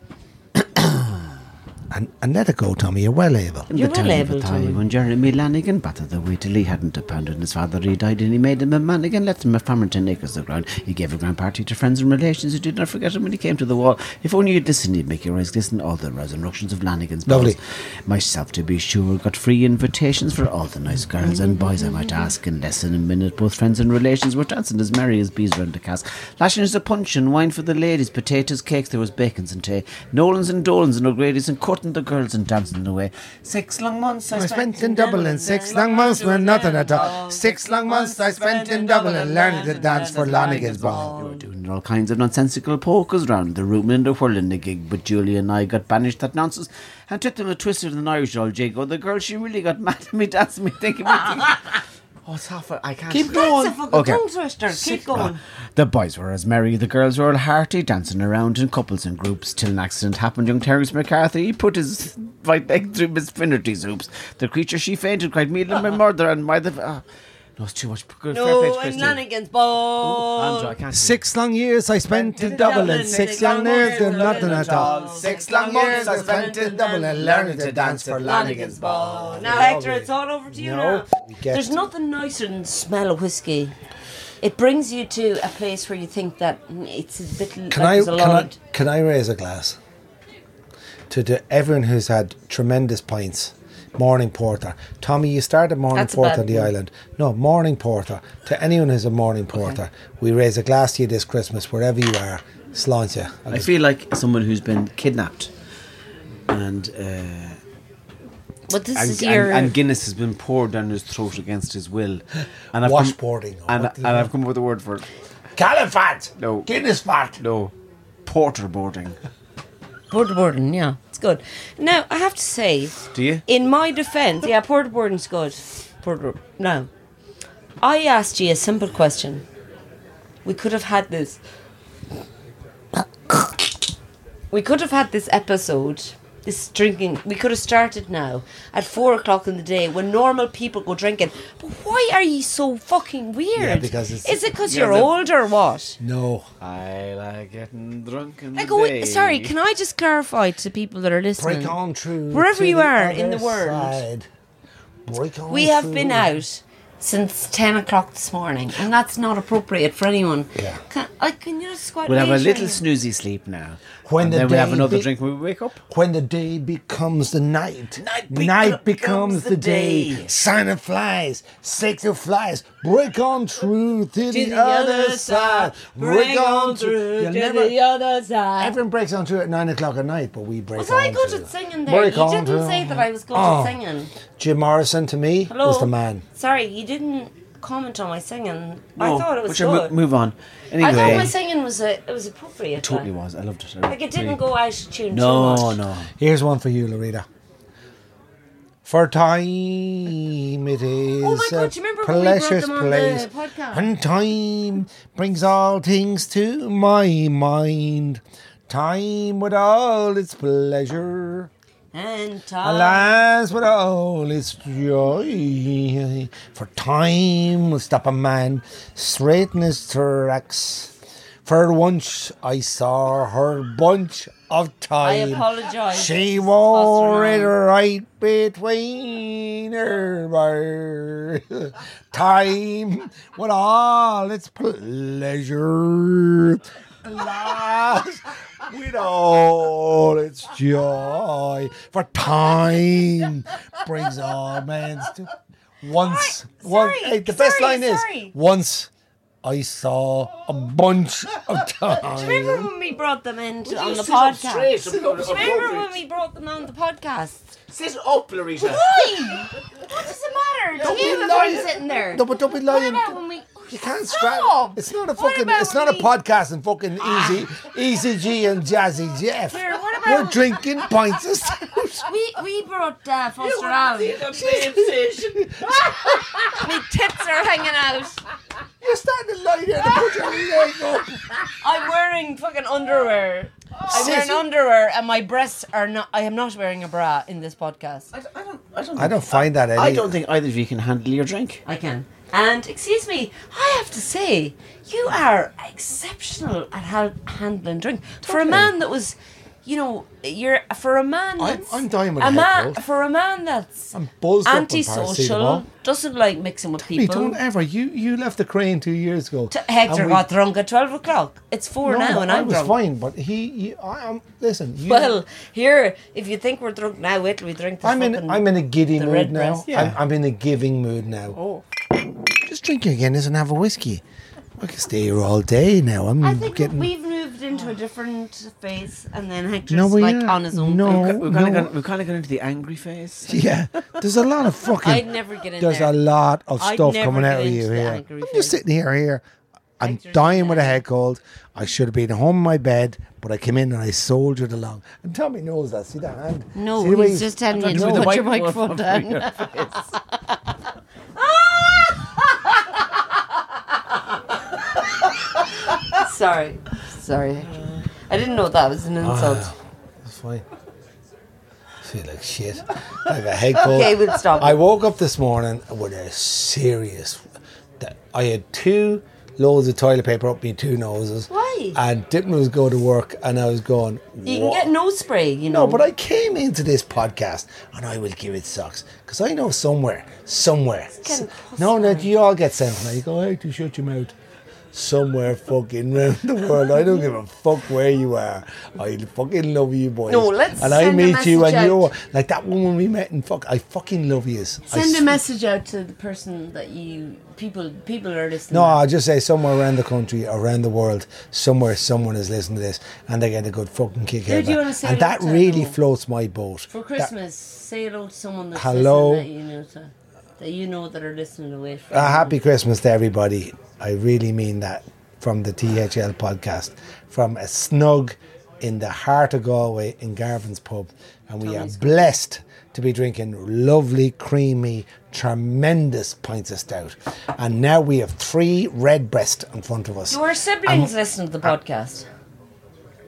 S3: and and let it go, Tommy. You're well able.
S2: You're
S4: the time
S2: well
S4: of the
S2: able,
S4: time
S2: Tommy.
S4: when Jeremy Lanigan battered the way till he hadn't a pound and his father he died and he made him a man again, left him a farmington acres of ground. He gave a grand party to friends and relations who did not forget him when he came to the wall. If only you'd listened, he'd make your eyes glisten all the rows and ructions of Lanigan's
S3: Lovely.
S4: balls. Myself, to be sure, got free invitations for all the nice girls and boys I might ask. In less than a minute, both friends and relations were dancing as merry as bees round the cask. Lashing is a punch and wine for the ladies, potatoes, cakes, there was bacons and tea. Nolans and Dolans and O'Grady's and courting the girls and dancing away. Six long months I,
S3: I spent in Dublin six long months were nothing at all. Six long months I spent in Dublin learning to dance for Lanigan's ball.
S4: They were doing all kinds of nonsensical pokers round the room and a whirl in the gig, but Julie and I got banished that nonsense and took them a twister in an Irish old jig. Oh, the girl, she really got mad at me dancing me, thinking me. thinking- Oh, it's half. A, I can't.
S2: Keep going. That's a fucking tongue twister. Keep
S4: Sick.
S2: going.
S4: The boys were as merry, the girls were all hearty, dancing around in couples and groups till an accident happened. Young Terence McCarthy he put his right leg through Miss Finnerty's hoops. The creature she fainted, cried, "Me
S2: Uh-huh.
S4: and my mother and my the." ah no, it's too much. Fair play to
S10: No, and
S4: Christy.
S10: Lanigan's ball.
S4: Andrew, I can't.
S3: Six long years I spent in Dublin, six long years doing nothing at all. Six long years I spent in Dublin, learning to dance for Lanigan's Ball.
S10: Now, Hector, it's all over to you now.
S3: We get-
S2: There's nothing nicer than the smell of whiskey. It brings you to a place where you think that mm, it's a bit. like
S3: Can I,
S2: there's a
S3: can,
S2: lot
S3: I,
S2: of-
S3: can I raise a glass to, to everyone who's had tremendous pints? Morning porter. Tommy, you started morning
S2: That's a
S3: porter
S2: bad
S3: on the
S2: one.
S3: island. No, morning porter. To anyone who's a morning porter, we raise a glass to you this Christmas, wherever you are. Sláinte.
S4: I
S3: Agus-
S4: feel like someone who's been kidnapped, and uh,
S2: But this
S4: and,
S2: is
S4: and-
S2: your.
S4: and Guinness has been poured down his throat against his will. And I've
S3: Washboarding, or
S4: And,
S3: what do
S4: and
S3: you
S4: I've come up with a word for it.
S3: Califat!
S4: No.
S3: Guinness fat!
S4: No, porterboarding.
S2: Porter Borden, yeah, it's good. Now I have to say,
S4: Do you?
S2: in my defence, yeah, Porter Borden's good. Porter, now, I asked you a simple question. We could have had this. We could have had this episode, this drinking. We could have started now at four o'clock in the day when normal people go drinking. But why are you so fucking weird?
S3: Yeah, because it's-
S2: is it because
S4: Yeah,
S2: you're
S4: the-
S2: old or what?
S3: No.
S4: I like getting drunk and
S2: Like, oh, wait, sorry, can I just clarify to people that are listening?
S3: Break on through.
S2: Wherever
S3: to
S2: you
S3: the
S2: are in
S3: other
S2: the world.
S3: side. Break on
S2: We have
S3: through.
S2: been out since 10 o'clock this morning, and that's not appropriate for anyone.
S3: Yeah.
S2: Can, like, can you just squat
S4: We'll have a
S2: later?
S4: little snoozy sleep now.
S3: When
S4: and
S3: the
S4: then we'll have
S3: day
S4: another
S3: be-
S4: drink when we wake up.
S3: When the day becomes the night,
S4: Night becomes
S3: becomes
S4: the
S3: the day.
S4: day.
S3: Sign of flies, six of flies. Break on through to, the,
S2: the
S3: other
S2: other side.
S3: side.
S2: Break on through
S3: You'll
S2: to
S3: never-
S2: the other side.
S3: Everyone breaks on through at nine o'clock at night, but we break
S2: Was
S3: on
S2: I good
S3: through.
S2: at singing there?
S3: Break
S2: you
S3: on
S2: didn't
S3: through.
S2: say that I was good
S3: Oh.
S2: at singing.
S3: Jim Morrison to me
S2: Hello?
S3: was the man.
S2: Sorry, you didn't comment on my singing.
S4: No,
S2: I thought it was
S4: but sure, mo-
S2: good.
S4: move on. Anyway,
S2: I thought my singing was a, it was appropriate.
S4: it totally
S2: like.
S4: was. I loved it. I
S2: Like, it
S4: really-
S2: didn't go out of tune too
S4: No,
S2: much.
S4: no.
S3: Here's one for you, Loretta. For time it is
S2: Oh my God,
S3: a
S2: do you remember when we brought
S3: precious
S2: them on the
S3: place,
S2: podcast?
S3: and time brings all things to my mind. Time with all its pleasure,
S2: And uh,
S3: alas, with all its joy. For time will stop a man straight in his tracks. For once I saw her bunch of
S2: I
S3: time.
S2: apologise.
S3: She
S2: Foster
S3: wore it
S2: Home.
S3: right between her bars. Time with all its pleasure. Alas, with all its joy. For time brings all men's to once. one,
S2: sorry,
S3: hey, the best
S2: sorry,
S3: line is
S2: sorry.
S3: once I saw a bunch of
S2: Do you remember
S3: time.
S2: when we brought them in to- on the podcast? Do you remember when we brought them on the podcast?
S4: Sit up, Loretta.
S2: Why? What does it matter?
S3: Don't
S2: to you
S3: be
S2: if
S3: lying.
S2: I'm sitting there.
S3: No, but don't be
S2: What
S3: lying.
S2: about when we?
S3: You can't
S2: Stop.
S3: scrap. It's not a
S2: What
S3: fucking.
S2: about
S3: It's not a
S2: when we- Ah.
S3: podcast and fucking easy, easy G and Jazzy Jeff.
S2: Here, what about
S3: We're
S2: when-
S3: drinking pints of stout.
S2: We we brought uh, Foster out. My tits are hanging out.
S3: You're starting to lie there to put your leg up.
S2: I'm wearing fucking underwear. I'm wearing
S3: Oh. Sissy.
S2: underwear, and my breasts are not. I am not wearing a bra in this podcast.
S4: I don't. I don't.
S3: I don't find that any.
S4: I don't think either of you can handle your drink.
S2: I can. And excuse me, I have to say, you are exceptional at ha- handling drink for a man that was, you know, you're for a man
S3: I'm-
S2: that's
S3: I'm dying with a
S2: a
S3: head
S2: man
S3: cold.
S2: for a man that's
S3: I'm buzzed up on
S2: antisocial,
S3: paracetamol.
S2: doesn't like mixing with
S3: You
S2: people.
S3: don't ever. You you left the crane two years ago.
S2: T- Hector
S3: and we-
S2: got drunk at twelve o'clock. It's four
S3: No,
S2: now,
S3: but
S2: and
S3: I
S2: I'm
S3: was
S2: drunk.
S3: fine, but he. You, I am. Listen. You,
S2: Well, here, if you think we're drunk now, wait till we drink. The
S3: I'm in.
S2: fucking-
S3: I'm in a giddy
S2: the
S3: mood
S2: red
S3: now.
S2: breast.
S3: I'm, I'm in a giving mood now. Oh. Just drink again, and have a whiskey. I can stay here all day now. I'm
S2: I think
S3: getting.
S2: we've moved into a different phase, and then Hector's
S3: No, we
S2: like
S3: are.
S2: on his own.
S3: No.
S2: phase.
S4: We've kind of
S3: No.
S4: gone. We've kind of gone into the angry phase.
S3: Yeah, there's a lot of fucking.
S2: I'd never get in
S3: There's
S2: there.
S3: a lot of
S2: I'd
S3: stuff
S2: never
S3: coming
S2: get
S3: out of
S2: into
S3: you
S2: the
S3: here.
S2: angry
S3: I'm
S2: phase.
S3: just sitting here, here. I'm dying with a head cold. I should have been home in my bed, but I came in and I soldiered along. And Tommy knows that. See that hand?
S2: No,
S3: See the way
S2: he's just telling you
S4: With
S2: to
S4: the
S2: put your
S4: white
S2: microphone
S4: glove
S2: down.
S4: over your face.
S2: Sorry. Sorry. Hector. I didn't know that was an insult.
S3: That's fine. I feel like shit. I have a head cold.
S2: Okay, we'll stop.
S3: I woke up this morning with a serious. th- I had two loads of toilet paper up my two noses.
S2: Why?
S3: And didn't was go to work, and I was going.
S2: you can
S3: "What?"
S2: get nose spray, you know.
S3: No, but I came into this podcast and I will give it socks because I know somewhere, somewhere.
S2: getting
S3: s- no, no, you all get sent now. You go, hey, to shut your mouth. Somewhere fucking round the world. I don't give a fuck where you are. I fucking love you boys.
S2: No, let's
S3: And I
S2: send a
S3: meet you
S2: message
S3: and
S2: out.
S3: you're like that woman we met in fuck. I fucking love you.
S2: Send a message out to the person that you people people are listening.
S3: No,
S2: to.
S3: I'll just say somewhere around the country, around the world, somewhere someone is listening to this and they get a good fucking kick
S2: Who
S3: out of
S2: do you
S3: it.
S2: wanna say
S3: And that
S2: hello to?
S3: really floats my boat.
S2: for
S3: That-
S2: Christmas, say hello to someone that's
S3: Hello.
S2: listening that you know to, that you know that are listening away from.
S3: A happy Christmas to everybody. I really mean that from the THL podcast, from a snug in the heart of Galway in Garvin's pub. And we are blessed to be drinking lovely, creamy, tremendous pints of stout. And now we have three red breast in front of us.
S2: Do our siblings listen to the podcast?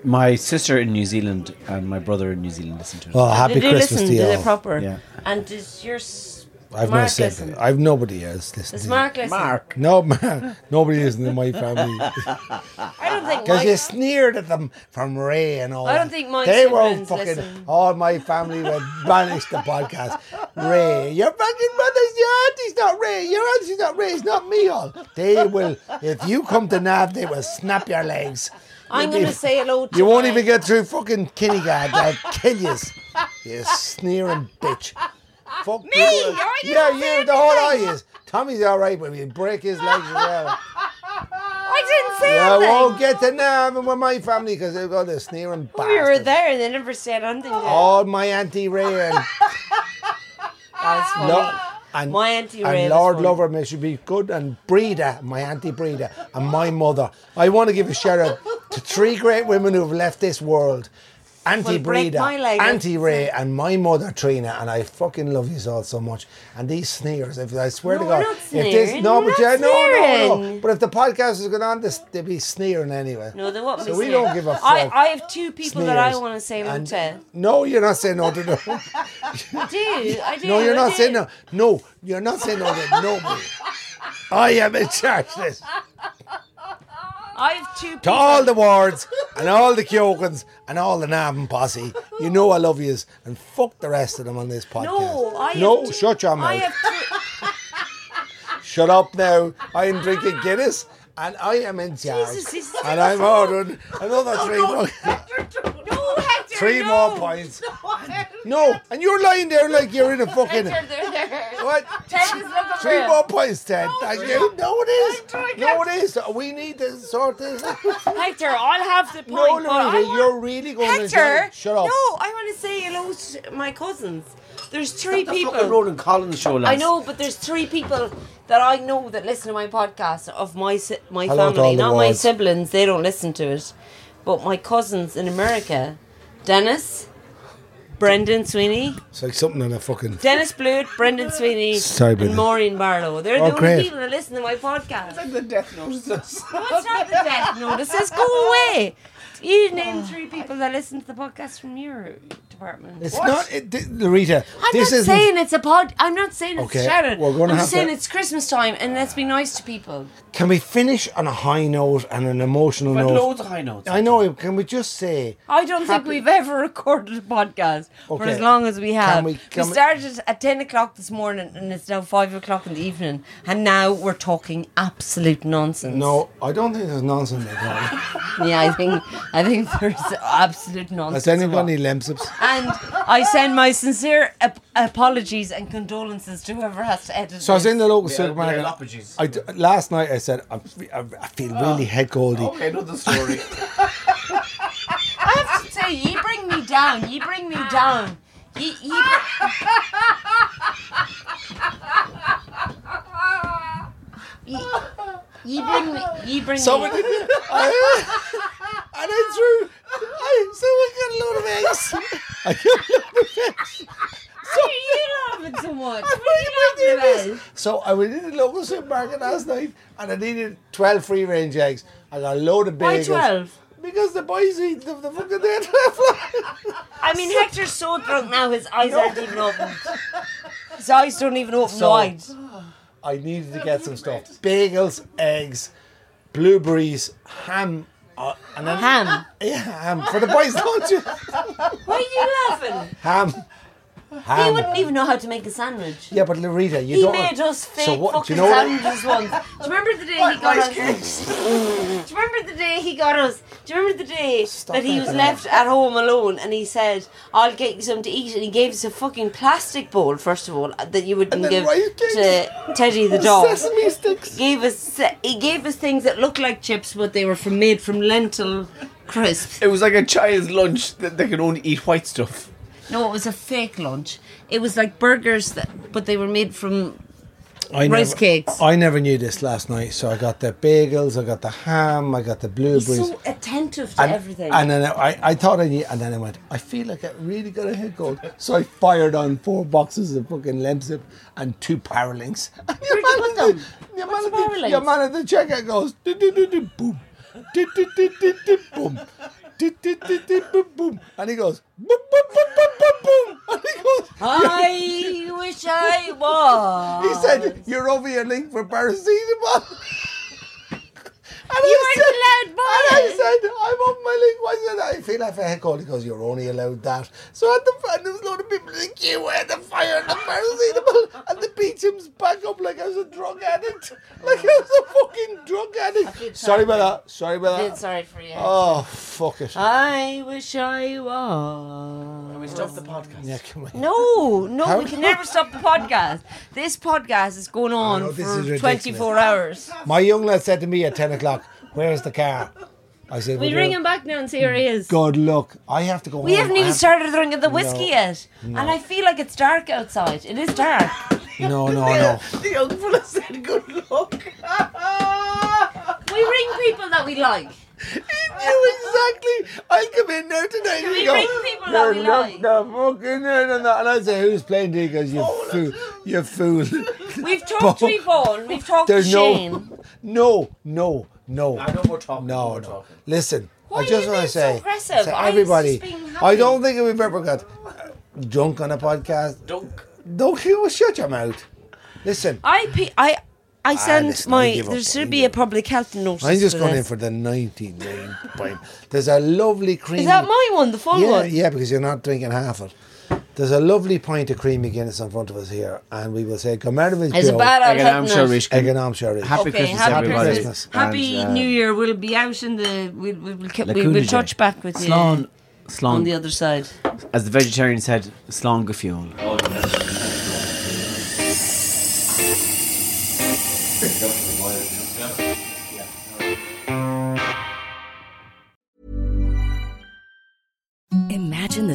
S4: My sister in New Zealand and my brother in New Zealand listen to it.
S3: Well, Oh, happy
S2: They do
S3: Christmas
S2: listen
S3: to
S2: to
S3: you
S2: the
S3: all.
S2: proper.
S4: Yeah.
S2: And does your s-
S3: I've no
S2: Mark
S3: said
S2: listen?
S3: I've nobody else listening.
S2: Does Mark listen?
S4: Mark.
S3: No, man, nobody listening in my family.
S2: I don't think
S3: Because
S2: Mike.
S3: you sneered at them from Ray and all.
S2: I don't
S3: that.
S2: think my
S3: They won't
S2: siblings
S3: fucking.
S2: listen.
S3: All my family would banish the podcast. Ray, your fucking brother's your auntie's not Ray. Your auntie's not Ray. It's not me. All they will. If you come to Nav, they will snap your legs.
S2: I'm
S3: You'll be-
S2: going to say hello to
S3: You won't
S2: my-
S3: even get through fucking Kinnegad. They'll kill you. You sneering bitch. Fuck me. You.
S2: I didn't
S3: Yeah,
S2: say
S3: you. The whole eye is. Tommy's all right, but we break his legs as well.
S2: I didn't say
S3: Yeah, I
S2: anything.
S3: won't get to Navan with my family because they've got a sneering bastard.
S2: we were there and they never said anything. to us.
S3: All my Auntie Ray and,
S2: That's funny.
S3: Lo- and
S2: My Auntie
S3: and
S2: Ray was
S3: Lord
S2: funny.
S3: Lover, may she be good, and Breda, my Auntie Breda, and my mother. I want to give a shout out to three great women who've left this world. Auntie
S2: Well, break
S3: Breda,
S2: my leg.
S3: Auntie Ray, and my mother Trina, and I fucking love you all so much. And these sneers, if I swear to
S2: No,
S3: God,
S2: we're not
S3: if this
S2: sneering,
S3: no,
S2: we're not
S3: but yeah, no, no, no.
S2: sneering.
S3: But if the podcast is going on, this, they'd be sneering anyway.
S2: No, they won't
S3: So
S2: be
S3: we
S2: sneering.
S3: don't give a
S2: I,
S3: fuck.
S2: I have two people that I
S3: Sneers.
S2: want to say hello
S3: And-
S2: to.
S3: No, you're not saying no to them.
S2: I do. I do.
S3: No, you're
S2: I
S3: not
S2: do.
S3: saying no. No, you're not saying no to nobody. I am in charge of this.
S2: I have two
S3: To
S2: people.
S3: all the wards and all the Kyokans and all the Navan posse, you know I love yous and fuck the rest of them on this podcast.
S2: No, I have
S3: No,
S2: two-
S3: shut
S2: I
S3: your mouth.
S2: have two.
S3: Shut up now. I am drinking Guinness and I am in charge.
S2: Jesus, he's-
S3: and I'm ordering another three more,
S2: No, Hector,
S3: three
S2: no.
S3: more pints. No, and you're lying there like you're in a fucking.
S2: They're there.
S3: What?
S2: Ted is looking for
S3: Three
S2: you.
S3: more points, Ted. Thank you. No, it is.
S2: I don't
S3: No, it is. We need to sort this. out.
S2: Hector, I'll have the point. but
S3: No,
S2: I
S3: Loretta,
S2: want-
S3: you're really going to
S2: Hector,
S3: shut up.
S2: No, I want to say hello to my cousins. There's three
S4: Fucking
S2: people.
S4: Roland Collins show last.
S2: I know, but there's three people that I know that listen to my podcast of my si- my
S3: Hello to all
S2: family,
S3: the
S2: not my
S3: wards.
S2: siblings. They don't listen to it, but my cousins in America, Dennis, Brendan Sweeney,
S3: It's like something on a fucking.
S2: Dennis Blewett, Brendan Sweeney,
S3: Sorry,
S2: and
S3: Brendan.
S2: Maureen Barlow. They're
S3: Oh,
S2: the
S3: great.
S2: only people that listen to my podcast.
S7: The death notices.
S2: What's not the death notices? Go away. You name three people that listen to the podcast from your department.
S3: It's not. It, th- Loretta,
S2: I'm
S3: this
S2: not
S3: isn't.
S2: saying it's a pod. I'm not saying it's
S3: Okay,
S2: Shannon.
S3: we're gonna
S2: I'm
S3: have
S2: saying
S3: to-
S2: it's Christmas time, and let's be nice to people.
S3: Can we finish on a high note and an emotional
S4: But
S3: note?
S4: loads of high notes.
S3: I know. Can we just say.
S2: I don't think we've ever recorded a podcast for
S3: Okay.
S2: as long as we have.
S3: we-
S2: we,
S3: can we-
S2: started at ten o'clock this morning, and it's now five o'clock in the evening, and now we're talking absolute nonsense.
S3: No, I don't think there's nonsense at all.
S2: yeah, I think I think there's absolute nonsense.
S3: Has anyone any lemsips?
S2: And I send my sincere ap- apologies and condolences to whoever has to edit.
S3: So I was
S2: this.
S3: in the local
S4: Yeah,
S3: supermarket.
S4: yeah, apologies.
S3: I d- last night I said I, f- I- I feel really head coldy.
S7: Okay, another story.
S2: I have to say, you bring me down. You bring me down. You, you br- You- you bring me. You bring
S3: Someone
S2: me.
S3: did it. I- and I threw. I, someone got a load of eggs. I got a load of eggs.
S2: Why are you laughing so much? What
S3: I
S2: are you
S3: fucking
S2: laughing
S3: did
S2: about?
S3: this. So I went in the local supermarket last night and I needed 12 free range eggs.
S11: I got a load of bagels.
S2: Why 12?
S11: Because the boys eat the, the fucking dead.
S2: I mean, Hector's so drunk now, his eyes aren't even open.
S11: His eyes don't even open
S2: So- wide.
S11: I needed to get some stuff: bagels, eggs, blueberries, ham, uh, and then
S2: Ham?
S11: Yeah, ham for the boys. Don't you?
S2: Why are you laughing?
S11: Ham.
S2: He
S11: Ham.
S2: wouldn't even know how to make a sandwich.
S11: Yeah, but Lorita, you
S2: he
S11: don't.
S2: made us fake fucking sandwiches once. Do you remember the day he got
S11: rice
S2: us? Do you remember the day he got us? Do you remember the day that he was
S12: making
S2: left at home alone and he said, "I'll get you something to eat," and he gave us a fucking plastic bowl first of all that you wouldn't
S12: then
S2: give
S12: rice cakes.
S2: to Teddy the dog.
S12: Sesame
S11: sticks.
S2: Gave us se- he gave us things that looked like chips, but they were from made from lentil crisps.
S7: It was like a child's lunch that they can only eat white stuff.
S2: No, it was a fake lunch. It was like burgers, that, but they were made from
S3: I
S2: rice
S3: never,
S2: cakes.
S3: I never knew this last night, so I got the bagels, I got the ham, I got the blueberries.
S2: He's so attentive to
S3: and,
S2: everything.
S3: and then I, I thought I knew, and then I went, I feel like I really got a head cold. So I fired on four boxes of fucking Lemsip and two power links.
S11: Where'd you put them?
S3: Your
S11: man, at
S3: man, at
S11: the-
S3: the,
S11: your
S3: your
S11: man
S3: man at the checkout goes, do, do, do, do, boom, do, do, do, do, do, boom, do, do, do, do, boom, boom. And he goes, boom, boom, boom, boom, boom, boom. And he goes,
S2: I wish I was.
S3: He said, you're over your link for paracetamol. And
S2: You
S3: I
S2: weren't
S3: said-
S2: allowed by
S3: And I
S2: it.
S3: said, I'm on my link. Why said I feel like a head cold? He goes, You're only allowed that. So at the front, there was a load of people in the queue at the fire and the paracetamol and the beatum's back up like I was a drug addict. Like I was a fucking drug addict. Sorry about that. Sorry about that.
S2: Did sorry Uh, for you.
S3: Oh, fuck it.
S2: I wish I was.
S7: we stop the podcast?
S3: Yeah, come on.
S2: No, no,
S3: How
S2: we can
S3: come?
S2: never stop the podcast. This podcast is going on
S3: know, this
S2: for
S3: is ridiculous.
S2: 24 hours.
S3: My young lad said to me at 10 o'clock, Where's the car? I said,
S2: We
S3: "Well,
S2: ring him back now and see where he is.
S3: Good luck. I have to go
S2: We
S3: home.
S2: haven't
S3: I
S2: even
S3: have-
S2: started drinking the whiskey
S3: No.
S2: yet.
S3: No.
S2: And I feel like it's dark outside. It is dark.
S3: No, no, no.
S2: The young fella said good luck. we ring people that we like.
S3: You exactly. I'll come in there tonight.
S2: Can
S3: and
S2: we
S3: go,
S2: ring people that we
S3: "You're not
S2: like?"
S3: The fucking no, no, no. And I say, who's playing D? Because you fool, you fool.
S2: We've talked to
S3: Bo-
S2: Yvonne, we've talked to
S3: There's
S2: Shane.
S3: no, no, no, no.
S7: I know more talking.
S3: No,
S7: more
S3: no.
S7: talking.
S3: Listen,
S2: Why
S3: I just
S2: you
S3: want
S2: being
S3: to
S2: so
S3: say,
S2: aggressive?
S3: to
S2: I was
S3: everybody,
S2: just being
S3: I
S2: happy.
S3: don't think we've ever got uh, drunk on a podcast.
S7: Dunk.
S3: Don't you shut your mouth. Listen,
S2: I pe- I I send
S3: Ah, listen, I
S2: my
S3: give up.
S2: there should be a public health notice.
S3: I'm just
S2: for
S3: going in
S2: this.
S3: for the 99 pint. There's a lovely cream.
S2: Is that my one, the full
S3: yeah,
S2: one?
S3: Yeah, because you're not drinking half it. There's a lovely pint of creamy Guinness in front of us here, and we will say, Gomerdavis
S2: It's a bad
S4: Egg and ham
S2: out
S4: shorrish.
S3: Egg and ham shorrish.
S4: Happy
S2: Okay,
S4: Christmas,
S2: happy
S4: everybody.
S2: Christmas. Happy
S4: And, uh,
S2: New Year. We'll be out in the we'll we'll, we'll, ke- we
S4: Lacuna
S2: will
S4: Day.
S2: touch back with you
S4: Slán,
S2: on
S4: slán.
S2: the other side.
S4: As the vegetarian said, slán go fuel.
S8: Imagine the